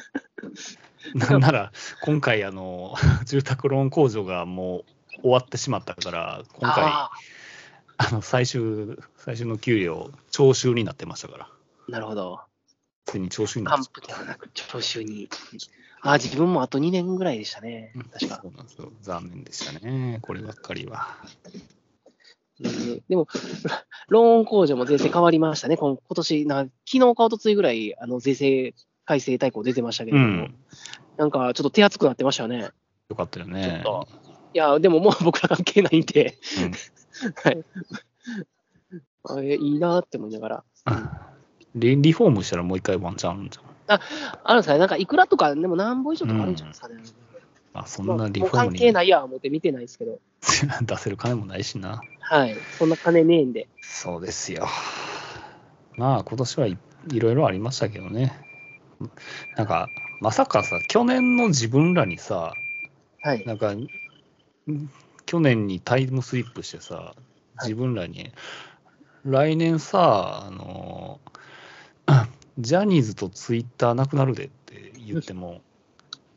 [SPEAKER 2] <laughs> なんなら、今回、あの、 <laughs> 住宅ローン工場がもう終わってしまったから、今回、あ
[SPEAKER 3] あ
[SPEAKER 2] の、最終、最終の給料、徴収になってましたから。
[SPEAKER 3] ーなるほど。
[SPEAKER 2] ついに徴収になっ
[SPEAKER 3] 還
[SPEAKER 2] て
[SPEAKER 3] 付ではなく、徴収に。あー自分もあと2年ぐらいでしたね、確か
[SPEAKER 2] そ。うなんですよ。残念でしたね、こればっかりは。
[SPEAKER 3] うんでも、 <laughs> ローン控除も税制変わりましたね、こん今年な、昨日かおとついぐらい、あの税制改正大綱出てましたけれ
[SPEAKER 2] う
[SPEAKER 3] ども、
[SPEAKER 2] ん。
[SPEAKER 3] なんかちょっと手厚くなってましたよね。
[SPEAKER 2] よかったよ
[SPEAKER 3] ちょ
[SPEAKER 2] ね
[SPEAKER 3] っ。と。いや、でももう僕ら関係ないんで、
[SPEAKER 2] うん
[SPEAKER 3] <laughs> はいあれ。いい <laughs> なって思いながら。
[SPEAKER 2] リリフォームしたらもう一回ワンチャンあるんじゃん。
[SPEAKER 3] あるんですかね、なんかいくらとか、でも何本以上とかあるんじゃないですかね。
[SPEAKER 2] あ、そ
[SPEAKER 3] まあ
[SPEAKER 2] んなリフ
[SPEAKER 3] もう
[SPEAKER 2] ォー
[SPEAKER 3] 関
[SPEAKER 2] ム
[SPEAKER 3] 係
[SPEAKER 2] に
[SPEAKER 3] ないや、思って見てないですけど、
[SPEAKER 2] <laughs> 出せる金もないしな。
[SPEAKER 3] はい。そんな金ねえんで。
[SPEAKER 2] そうですよ。まあ今年はい、いろいろありましたけどね。なんかまさかさ去年の自分らにさ
[SPEAKER 3] はい。
[SPEAKER 2] なんかん去年にタイムスリップしてさ
[SPEAKER 3] はい
[SPEAKER 2] 自分らに、来年さあの <coughs> あジャニーズとツイッターなくなるでって言っても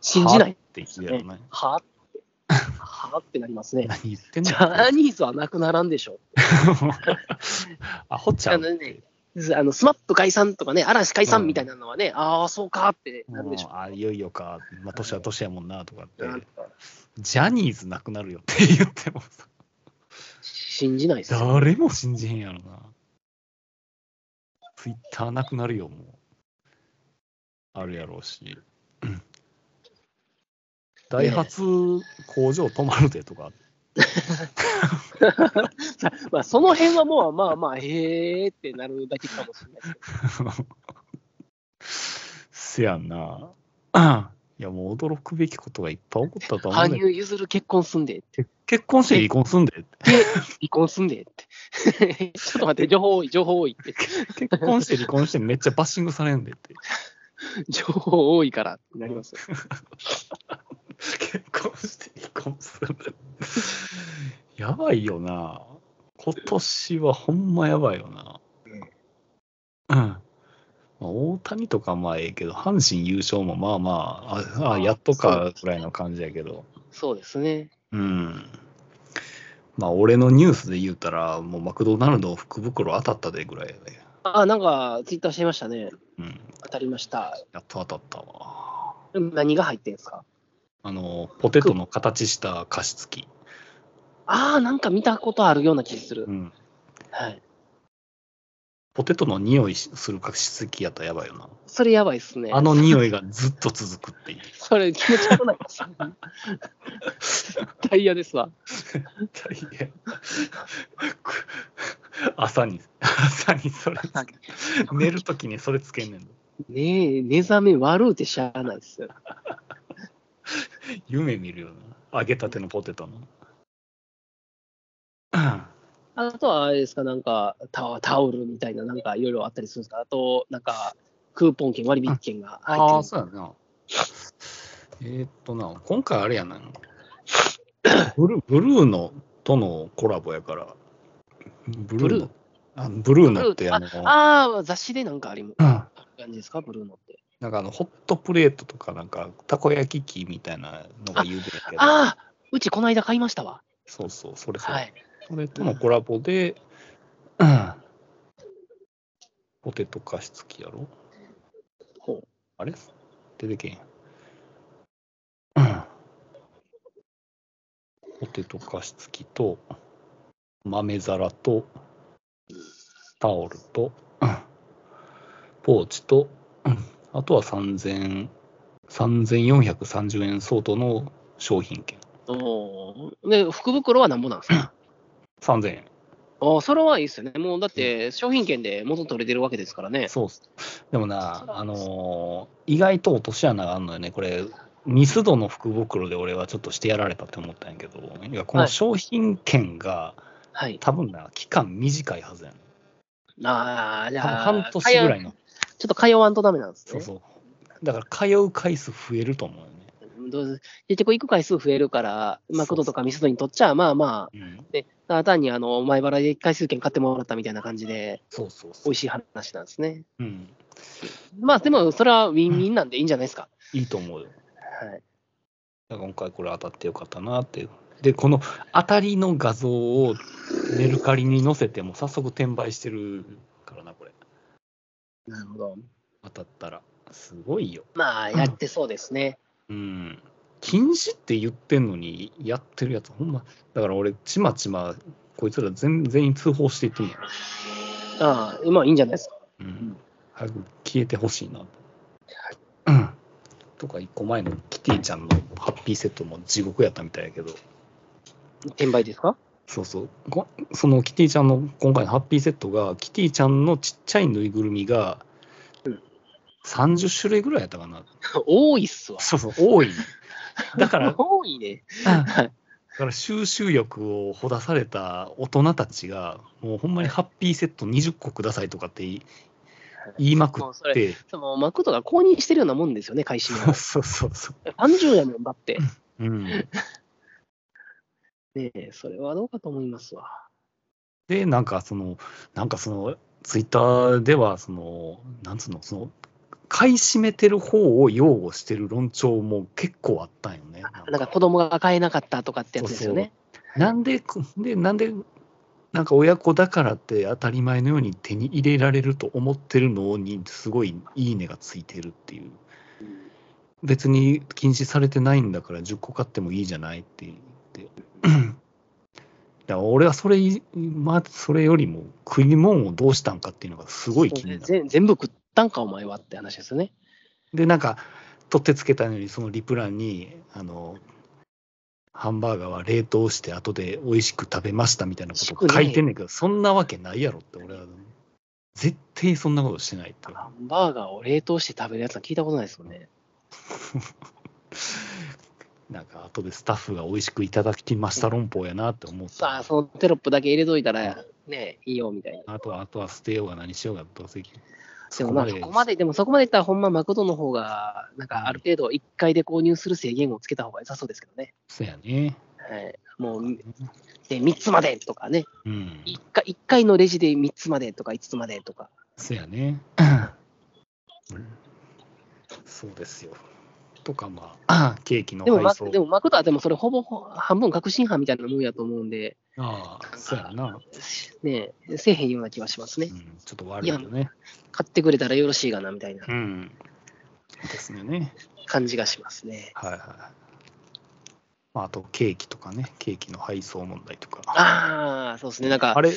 [SPEAKER 3] 信じな
[SPEAKER 2] はあっ
[SPEAKER 3] い。
[SPEAKER 2] て言ってたよね。
[SPEAKER 3] はあはあってなります
[SPEAKER 2] <laughs>
[SPEAKER 3] ね。
[SPEAKER 2] 何言ってん
[SPEAKER 3] ジ
[SPEAKER 2] の
[SPEAKER 3] ャニーズはなくならんでしょ。
[SPEAKER 2] アホちゃ
[SPEAKER 3] あ
[SPEAKER 2] う
[SPEAKER 3] のね、あのスマップ解散とかね、嵐解
[SPEAKER 2] う
[SPEAKER 3] 散
[SPEAKER 2] ん
[SPEAKER 3] みたいなのはね、ああ、そうかってなるでしょ
[SPEAKER 2] もうあいよいよか、まあ、年は年やもんなとかって、
[SPEAKER 3] なんか
[SPEAKER 2] ジャニーズなくなるよって言ってもさ、
[SPEAKER 3] 信じないですよ。
[SPEAKER 2] 誰も信じへんやろな。ツイッターなくなるよ、もう。あるやろうし。うんダイハツ工場止まるでとか、
[SPEAKER 3] <laughs> まあ、その辺はもう、まあまあ、へえってなるだけかもしれないですけど。
[SPEAKER 2] せやんな。うんいや、もう驚くべきことがいっぱい起こったと思うん
[SPEAKER 3] 羽
[SPEAKER 2] だけど、
[SPEAKER 3] 生結弦結婚すんでって、
[SPEAKER 2] 結婚して離婚すんでって
[SPEAKER 3] 離婚すんでって。 <laughs> ちょっと待って、情報多い、情報多いって。
[SPEAKER 2] 結婚して離婚してめっちゃバッシングされんでって。
[SPEAKER 3] 情報多いからってなりますよ。
[SPEAKER 2] 結婚して離婚する。やばいよな。今年はほんまやばいよな。うん。まあ大谷とかまあええけど、阪神優勝もまあまあ、ああ、やっとかぐらいの感じやけど。
[SPEAKER 3] そうですね。
[SPEAKER 2] うん。まあ、俺のニュースで言うたら、もうマクドナルド福袋当たったでぐらいやで、
[SPEAKER 3] ああ、なんか、ツイッターしてましたね。
[SPEAKER 2] うん。
[SPEAKER 3] 当たりました。
[SPEAKER 2] やっと当たったわ。
[SPEAKER 3] 何が入ってんすか
[SPEAKER 2] あの、ポテトの形した加湿器。
[SPEAKER 3] ああ、なんか見たことあるような気する
[SPEAKER 2] う。ん。
[SPEAKER 3] はい。
[SPEAKER 2] ポテトの匂いしする加湿器やったらやばいよな。
[SPEAKER 3] それやばいっすね。
[SPEAKER 2] あの匂いがずっと続くっていう。
[SPEAKER 3] それ気持ち悪くないですか <laughs> タイヤですわ。
[SPEAKER 2] 大変く朝に、朝にそれつけ寝るときにそれつけんねんの。
[SPEAKER 3] ねえ、目覚め悪うてしゃあないですよ。
[SPEAKER 2] 夢見るよな。揚げたてのポテトの。うん
[SPEAKER 3] あとはあれですか、なんかタタオルみたいな、なんかいろいろあったりするんですか、あと、なんかクーポン券、割引券が入って
[SPEAKER 2] あ
[SPEAKER 3] る
[SPEAKER 2] あ、そうやな。えーっとな、今回あれやな。ブルブルーのとのコラボやから。ブルーの。あブルーのってあの、
[SPEAKER 3] ああー、雑誌でなんかありも
[SPEAKER 2] う
[SPEAKER 3] あ
[SPEAKER 2] ん
[SPEAKER 3] る感じですか、ブルーノって。
[SPEAKER 2] なんかあの、ホットプレートとか、なんか、たこ焼き器みたいなのが有名やけど、
[SPEAKER 3] ああ、うちこの間買いましたわ。
[SPEAKER 2] そうそう、それそれ。
[SPEAKER 3] はい。
[SPEAKER 2] それとのコラボで、うんポテト加湿器やろ
[SPEAKER 3] ほう
[SPEAKER 2] あれ出てけんやん。うんポテト加湿器と、豆皿と、タオルと、うんポーチと、うんあとは3000 3430円相当の商品券。
[SPEAKER 3] おーで、福袋はなんぼなんですか
[SPEAKER 2] 3000円。
[SPEAKER 3] ああ、それはいいですよね。もうだって、商品券で元取れてるわけですからね。
[SPEAKER 2] そうっす。でも
[SPEAKER 3] そ
[SPEAKER 2] な、
[SPEAKER 3] う
[SPEAKER 2] あ
[SPEAKER 3] なんです
[SPEAKER 2] のー意外と落とし穴があるのよね、これ、ミスドの福袋で俺はちょっとしてやられたって思ったんやけど、いやこ
[SPEAKER 3] は
[SPEAKER 2] の
[SPEAKER 3] い
[SPEAKER 2] 商品券が、
[SPEAKER 3] はい。
[SPEAKER 2] 多分な、期間短いはずやねん。
[SPEAKER 3] ああ、じ
[SPEAKER 2] 多
[SPEAKER 3] ゃ
[SPEAKER 2] 分
[SPEAKER 3] あ、
[SPEAKER 2] 半年ぐらい
[SPEAKER 3] 通
[SPEAKER 2] の。
[SPEAKER 3] ちょっと通わんとダメなんです
[SPEAKER 2] そう
[SPEAKER 3] ね。
[SPEAKER 2] そう。だから、通う回数増えると思うよね。
[SPEAKER 3] どうせ結局行く回数増えるから、マクドとかミスドにとっちゃ、まあま
[SPEAKER 2] うん
[SPEAKER 3] あ、ね、ただ単にあの前払いで回数券買ってもらったみたいな感じで、
[SPEAKER 2] そうそうそ
[SPEAKER 3] 美
[SPEAKER 2] う
[SPEAKER 3] 味。しい話なんですね。
[SPEAKER 2] うん。
[SPEAKER 3] まあでも、それはウィンウィンなんでいいんじゃないですか。
[SPEAKER 2] いいと思うよ。
[SPEAKER 3] はい、
[SPEAKER 2] だから今回これ当たってよかったなっていう。で、この当たりの画像をメルカリに載せて、もう早速転売してるからな、これ。
[SPEAKER 3] なるほど。
[SPEAKER 2] 当たったら。すごいよ。
[SPEAKER 3] まあ、やってそうですね。
[SPEAKER 2] うん。禁止って言ってんのに、やってるやつ、ほんま。だから俺、ちまちま、こいつら全全員通報していってんやん。
[SPEAKER 3] ああ、まあいいんじゃないですか。
[SPEAKER 2] うん。早く消えてほしいな。うん。とか、一個前のキティちゃんのハッピーセットも地獄やったみたいやけど、
[SPEAKER 3] 転売ですか
[SPEAKER 2] そうそう。こそのキティちゃんの、今回のハッピーセットが、キティちゃんのちっちゃいぬいぐるみが
[SPEAKER 3] うん、
[SPEAKER 2] 30種類ぐらいやったかな。
[SPEAKER 3] 多いっすわ。
[SPEAKER 2] そうそう、多い。だから
[SPEAKER 3] 多いね。
[SPEAKER 2] だから収集欲をほだされた大人たちがもうほんまにハッピーセット20個くださいとかって言い言いまく
[SPEAKER 3] もうそれ、
[SPEAKER 2] って
[SPEAKER 3] そのマクドが公認してるようなもんですよね、会社
[SPEAKER 2] そうそうそうそ
[SPEAKER 3] 30やもんだって。
[SPEAKER 2] う、うん、
[SPEAKER 3] ねえ、それはどうかと思いますわ。
[SPEAKER 2] でなんかそのなんかそのツイッターではそのなんつうのその買い占めてる方を擁護してる論調も結構あったんよね。
[SPEAKER 3] なんか子供が買えなかったとかってやつですよね。
[SPEAKER 2] なんで、で、なんで、なんか親子だからって当たり前のように手に入れられると思ってるのに、すごいいいねがついてるっていう。別に禁止されてないんだから10個買ってもいいじゃないって言って。だから俺はそれい、まあ、それよりも食い物をどうしたんかっていうのがすごい気になる。
[SPEAKER 3] ぜ全部食ったんか、お前はって話ですよね。
[SPEAKER 2] で、なんか、取ってつけたのに、そのリプランに、あの、ハンバーガーは冷凍して後で美味しく食べましたみたいなこと書いてんねんけど、そんなわけないやろって俺は、絶対そんなことしてないって。
[SPEAKER 3] ハンバーガーを冷凍して食べるやつは聞いたことないですもんね。
[SPEAKER 2] なんか後でスタッフが美味しくいただきました論法やなって思っ
[SPEAKER 3] さあ、
[SPEAKER 2] た。
[SPEAKER 3] そのテロップだけ入れといたら、ねいいよみたいな。
[SPEAKER 2] あとは、あとは捨てようが何しようがどうせ。
[SPEAKER 3] でもまあ、そこまで、でもそこまでいったら、ほんまマクドの方が、なんかある程度、1回で購入する制限をつけた方が良さそうですけどね。
[SPEAKER 2] そうやね。
[SPEAKER 3] はい、もう、で3つまでとかね
[SPEAKER 2] うん。
[SPEAKER 3] 1回、一回のレジで3つまでとか5つまでとか。
[SPEAKER 2] そう
[SPEAKER 3] <laughs>
[SPEAKER 2] やね。そうですよ。とか、まあ、 <clears throat> ケーキの
[SPEAKER 3] でも、ま
[SPEAKER 2] 配
[SPEAKER 3] あ
[SPEAKER 2] 送
[SPEAKER 3] で。もマクドはでもそれほぼほ半分確信犯みたいなもんやと思うんで、
[SPEAKER 2] ああ、そうやな。
[SPEAKER 3] ねえ、せえへんような気はしますね
[SPEAKER 2] う。ん、ちょっと悪いよね。
[SPEAKER 3] 買ってくれたらよろしいがなみたいな
[SPEAKER 2] うん。ですよね。
[SPEAKER 3] 感じがしますね。
[SPEAKER 2] はいはい。まあ、あとケーキとかね、ケーキの配送問題とか。
[SPEAKER 3] ああ、そうですね、なんか、
[SPEAKER 2] あれ、
[SPEAKER 3] ね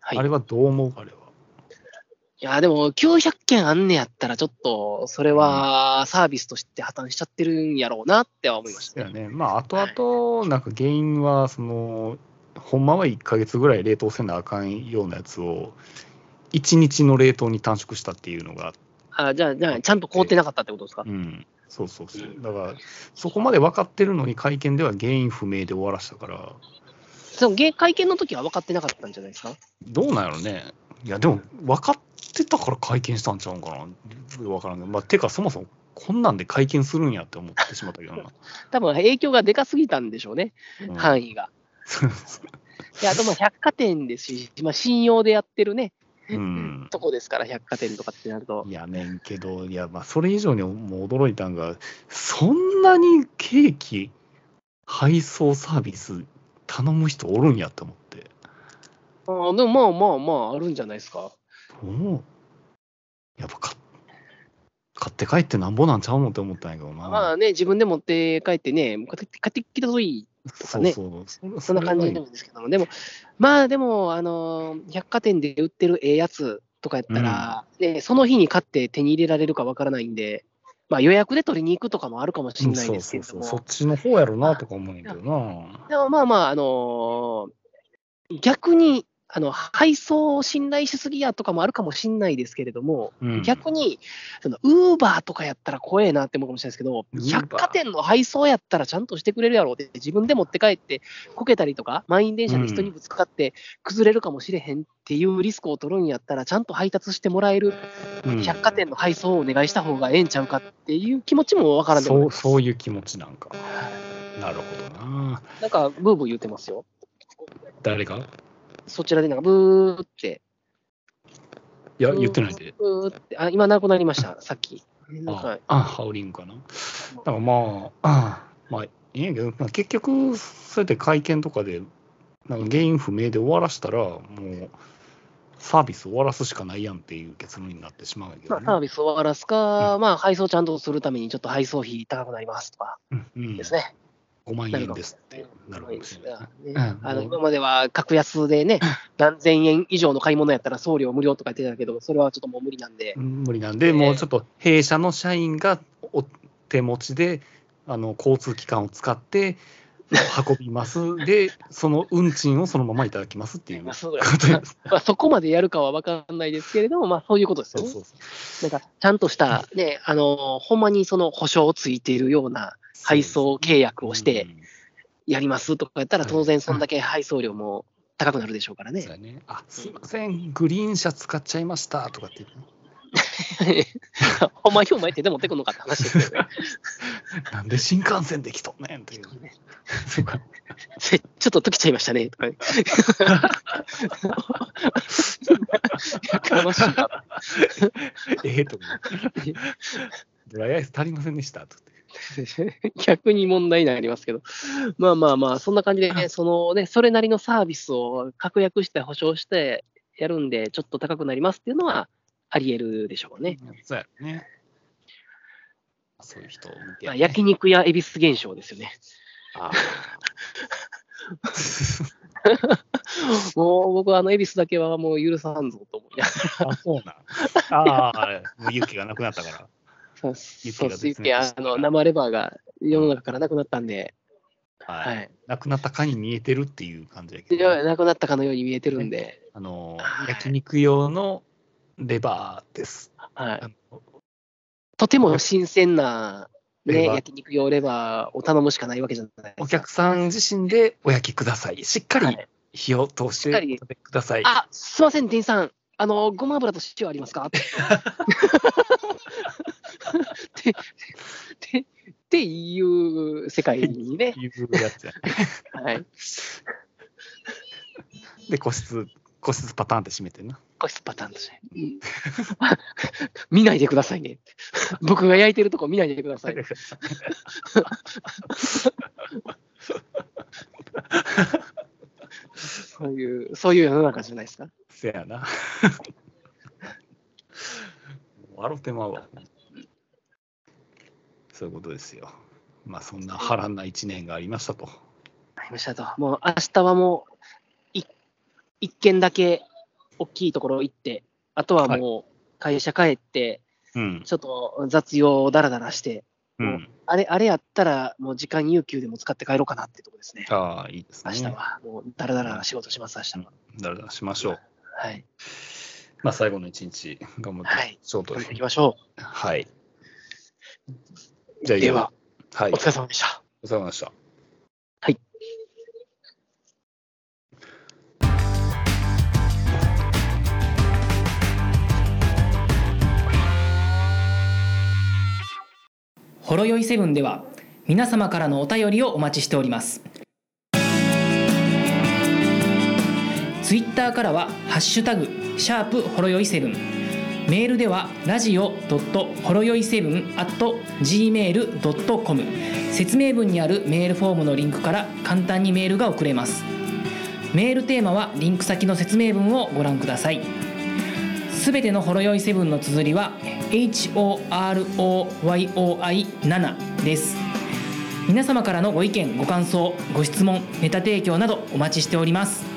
[SPEAKER 3] はい、
[SPEAKER 2] あれ
[SPEAKER 3] い
[SPEAKER 2] はどう思うあれは。
[SPEAKER 3] や、でも900件あんねやったら、ちょっとそれはサービスとして破綻しちゃってるんやろうなっては思いまし
[SPEAKER 2] そう
[SPEAKER 3] た
[SPEAKER 2] や
[SPEAKER 3] ね。
[SPEAKER 2] ね。まあ、後々、なんか原因は、その、ほんまは1ヶ月ぐらい冷凍せなあかんようなやつを、1日の冷凍に短縮したっていうのが、
[SPEAKER 3] あじゃあ、じゃあ、ちゃんと凍ってなかったってことですか
[SPEAKER 2] う。ん、そうそうそう。だから、そこまで分かってるのに、会見では原因不明で終わらしたから、
[SPEAKER 3] そのげ会見の時は分かってなかったんじゃないですか
[SPEAKER 2] どうなんやろね。いや、でも、分かってたから会見したんちゃうんかな。分からんけど。まあ、てか、そもそも、こんなんで会見するんやって思ってしまったけど <laughs> な。
[SPEAKER 3] 多分影響がでかすぎたんでしょうね、
[SPEAKER 2] うん
[SPEAKER 3] 範囲が。であとまあ百貨店ですし、まあ、信用でやってるね、
[SPEAKER 2] うん。
[SPEAKER 3] とこですから、百貨店とかってなると。
[SPEAKER 2] いやねんけど、いや、まあ、それ以上にもう驚いたんが、そんなにケーキ配送サービス頼む人おるんやって思って。
[SPEAKER 3] あーでもまあまあまあ、あるんじゃないですか。
[SPEAKER 2] もう、やっぱ買っ買って帰ってなんぼなんちゃうのって思ったんやけどな。
[SPEAKER 3] まあね、自分で持って帰ってね、買って帰ってきたといい、
[SPEAKER 2] そうそう。そ
[SPEAKER 3] そんな感じなんですけども、でも、まあでも、あのー百貨店で売ってるええやつとかやったら、ね、その日に買って手に入れられるかわからないんで、まあ、予約で取りに行くとかもあるかもしれない
[SPEAKER 2] そ
[SPEAKER 3] で
[SPEAKER 2] う
[SPEAKER 3] すけ
[SPEAKER 2] そう
[SPEAKER 3] れど
[SPEAKER 2] そう。
[SPEAKER 3] も。
[SPEAKER 2] そっちの方やろなとか思うんやけどな。
[SPEAKER 3] でもまあまあ、あのー逆にあの配送を信頼しすぎやとかもあるかもしれないですけれども、
[SPEAKER 2] うん
[SPEAKER 3] 逆に、そのウーバーとかやったら怖えなって思うかもしれないですけど、
[SPEAKER 2] Uber
[SPEAKER 3] 百貨店の配送やったらちゃんとしてくれるやろうって、自分で持って帰って、こけたりとか、満員電車で人にぶつかって崩れるかもしれへんっていうリスクを取るんやったら、ちゃんと配達してもらえる
[SPEAKER 2] うん
[SPEAKER 3] 百貨店の配送をお願いした方がええんちゃうかっていう気持ちもわからんでも
[SPEAKER 2] そ
[SPEAKER 3] ない、
[SPEAKER 2] うそういう気持ちなんか。なるほどな。
[SPEAKER 3] なんかブーブー言ってますよ。
[SPEAKER 2] 誰が
[SPEAKER 3] そちらでなんかブーって。
[SPEAKER 2] いや、言ってないで。
[SPEAKER 3] うーってあ今なくなりま
[SPEAKER 2] <laughs>
[SPEAKER 3] した、さっき。なんか
[SPEAKER 2] あ、あハウリングかな。だからまあ、あまあ、いいんやけど、まあ結局、そうやって会見とかで、なんか原因不明で終わらしたら、もう、サービス終わらすしかないやんっていう結論になってしまうんやけ
[SPEAKER 3] ま
[SPEAKER 2] ど
[SPEAKER 3] あ、
[SPEAKER 2] ね、
[SPEAKER 3] サービスを終わらすか、
[SPEAKER 2] う
[SPEAKER 3] まあ、配送ちゃんとするために、ちょっと配送費高くなりますとか
[SPEAKER 2] うんうん
[SPEAKER 3] ですね。
[SPEAKER 2] 5万円ですってなるかもしれない。
[SPEAKER 3] ね
[SPEAKER 2] うん
[SPEAKER 3] あの今までは格安でね、何千円以上の買い物やったら送料無料とか言ってたけど、それはちょっともう無理なんで、
[SPEAKER 2] 無理なんで、もうちょっと弊社の社員がお手持ちであの交通機関を使って運び
[SPEAKER 3] <laughs>
[SPEAKER 2] ますでその運賃をそのままいただきますっていう
[SPEAKER 3] ま
[SPEAKER 2] こ
[SPEAKER 3] あ
[SPEAKER 2] と
[SPEAKER 3] そうだ
[SPEAKER 2] です。
[SPEAKER 3] <laughs> まあ、そこまでやるかは分かんないですけれども、まあ、そういうことです
[SPEAKER 2] そ
[SPEAKER 3] よ
[SPEAKER 2] う
[SPEAKER 3] ね
[SPEAKER 2] そう。
[SPEAKER 3] なんかちゃんとした、ね、あのほんまにその保証をついているような配送契約をして、やりますとかやったら、当然そんだけ配送料も高くなるでしょうから
[SPEAKER 2] うん
[SPEAKER 3] ね
[SPEAKER 2] そう。やね、あすいませんグリーン車使っちゃいましたと
[SPEAKER 3] <laughs>
[SPEAKER 2] かって言って
[SPEAKER 3] <laughs> お前、今日前手で持ってくんのかって話
[SPEAKER 2] <laughs>
[SPEAKER 3] ですよね。
[SPEAKER 2] なんで新幹線で来とんねんっていう。そうか
[SPEAKER 3] せちょっと溶けちゃいましたねとか <laughs> ね。悲しいな。
[SPEAKER 2] <laughs> ええと
[SPEAKER 3] <laughs>
[SPEAKER 2] 思う。ドライアイス足りませんでしたとかって。
[SPEAKER 3] 逆に問題になりますけど。まあまあまあ、そんな感じでね、そのね、それなりのサービスを確約して保証してやるんで、ちょっと高くなりますっていうのはあり得るでしょうね。
[SPEAKER 2] そうやろね。そういう人を見て
[SPEAKER 3] まあ、焼肉や恵比寿現象ですよね。
[SPEAKER 2] あ
[SPEAKER 3] もう僕はあの恵比寿だけはもう許さんぞと思いながら
[SPEAKER 2] <laughs> あ、そうなん。ああ、あれ、もう勇気がなくなったから。
[SPEAKER 3] そう
[SPEAKER 2] 雪が
[SPEAKER 3] そう
[SPEAKER 2] 絶滅
[SPEAKER 3] すいてあの生レバーが世の中からなくなったんで、
[SPEAKER 2] は。
[SPEAKER 3] はいい、
[SPEAKER 2] なくなったかに見えてるっていう感じやけ
[SPEAKER 3] で
[SPEAKER 2] ど、
[SPEAKER 3] なくなったかのように見えてるんで、
[SPEAKER 2] あの
[SPEAKER 3] は、い
[SPEAKER 2] 焼肉用のレバーです。
[SPEAKER 3] はい
[SPEAKER 2] あ、
[SPEAKER 3] とても新鮮な、ね、
[SPEAKER 2] レバー
[SPEAKER 3] 焼肉用レバーを頼むしかないわけじゃないで
[SPEAKER 2] お
[SPEAKER 3] すか。
[SPEAKER 2] 客さん自身でお焼きください。しっか
[SPEAKER 3] は
[SPEAKER 2] り
[SPEAKER 3] い
[SPEAKER 2] 火を通して
[SPEAKER 3] しっかり
[SPEAKER 2] お食べください。
[SPEAKER 3] あすいません、店員さん、あのごま油と塩あります <laughs> かってってっていう世界にね、
[SPEAKER 2] いうやつやね。
[SPEAKER 3] はい、
[SPEAKER 2] で、個室、個室パターンって閉めてんな。
[SPEAKER 3] 個室パターンとして。見ないでくださいね。僕が焼いてるとこ見ないでください。そういう、そういう世の中じゃないですか。
[SPEAKER 2] せやな。 <laughs> 笑ってまうわ。そういうことですよ。まあそんな波乱な一年がありましたと。
[SPEAKER 3] ありましたと。もう明日はもう、い一軒だけ大きいところ行って、あとはもう会社帰って、
[SPEAKER 2] うん。
[SPEAKER 3] ちょっと雑用をダラダラして、
[SPEAKER 2] うん、
[SPEAKER 3] あれ、あれやったらもう時間有給でも使って帰ろうかなってとこですね。
[SPEAKER 2] ああ、いいです
[SPEAKER 3] 明
[SPEAKER 2] ね。
[SPEAKER 3] 日はもうダラダラ仕事します、明日は。
[SPEAKER 2] だらだらしましょう。
[SPEAKER 3] はい。
[SPEAKER 2] まあ最後の一日頑張っていきましょうと
[SPEAKER 3] 頑
[SPEAKER 2] い。
[SPEAKER 3] 張っていうきましょ
[SPEAKER 2] はい。
[SPEAKER 3] う。
[SPEAKER 2] じゃあ
[SPEAKER 3] では、、
[SPEAKER 2] はい
[SPEAKER 3] お。疲れ様でした。
[SPEAKER 2] お疲れ様でした。
[SPEAKER 3] ほろよいセブンでは皆様からのお便りをお待ちしておりますツイッターからは「ハッシュタグシャープほろよいセブン」メールではラジオドットほろよいセブン at gmail.com 説明文にあるメールフォームのリンクから簡単にメールが送れますメールテーマはリンク先の説明文をご覧くださいすべてのほろ酔いセブンの綴りは HOROYOI7 です皆様からのご意見ご感想ご質問ネタ提供などお待ちしております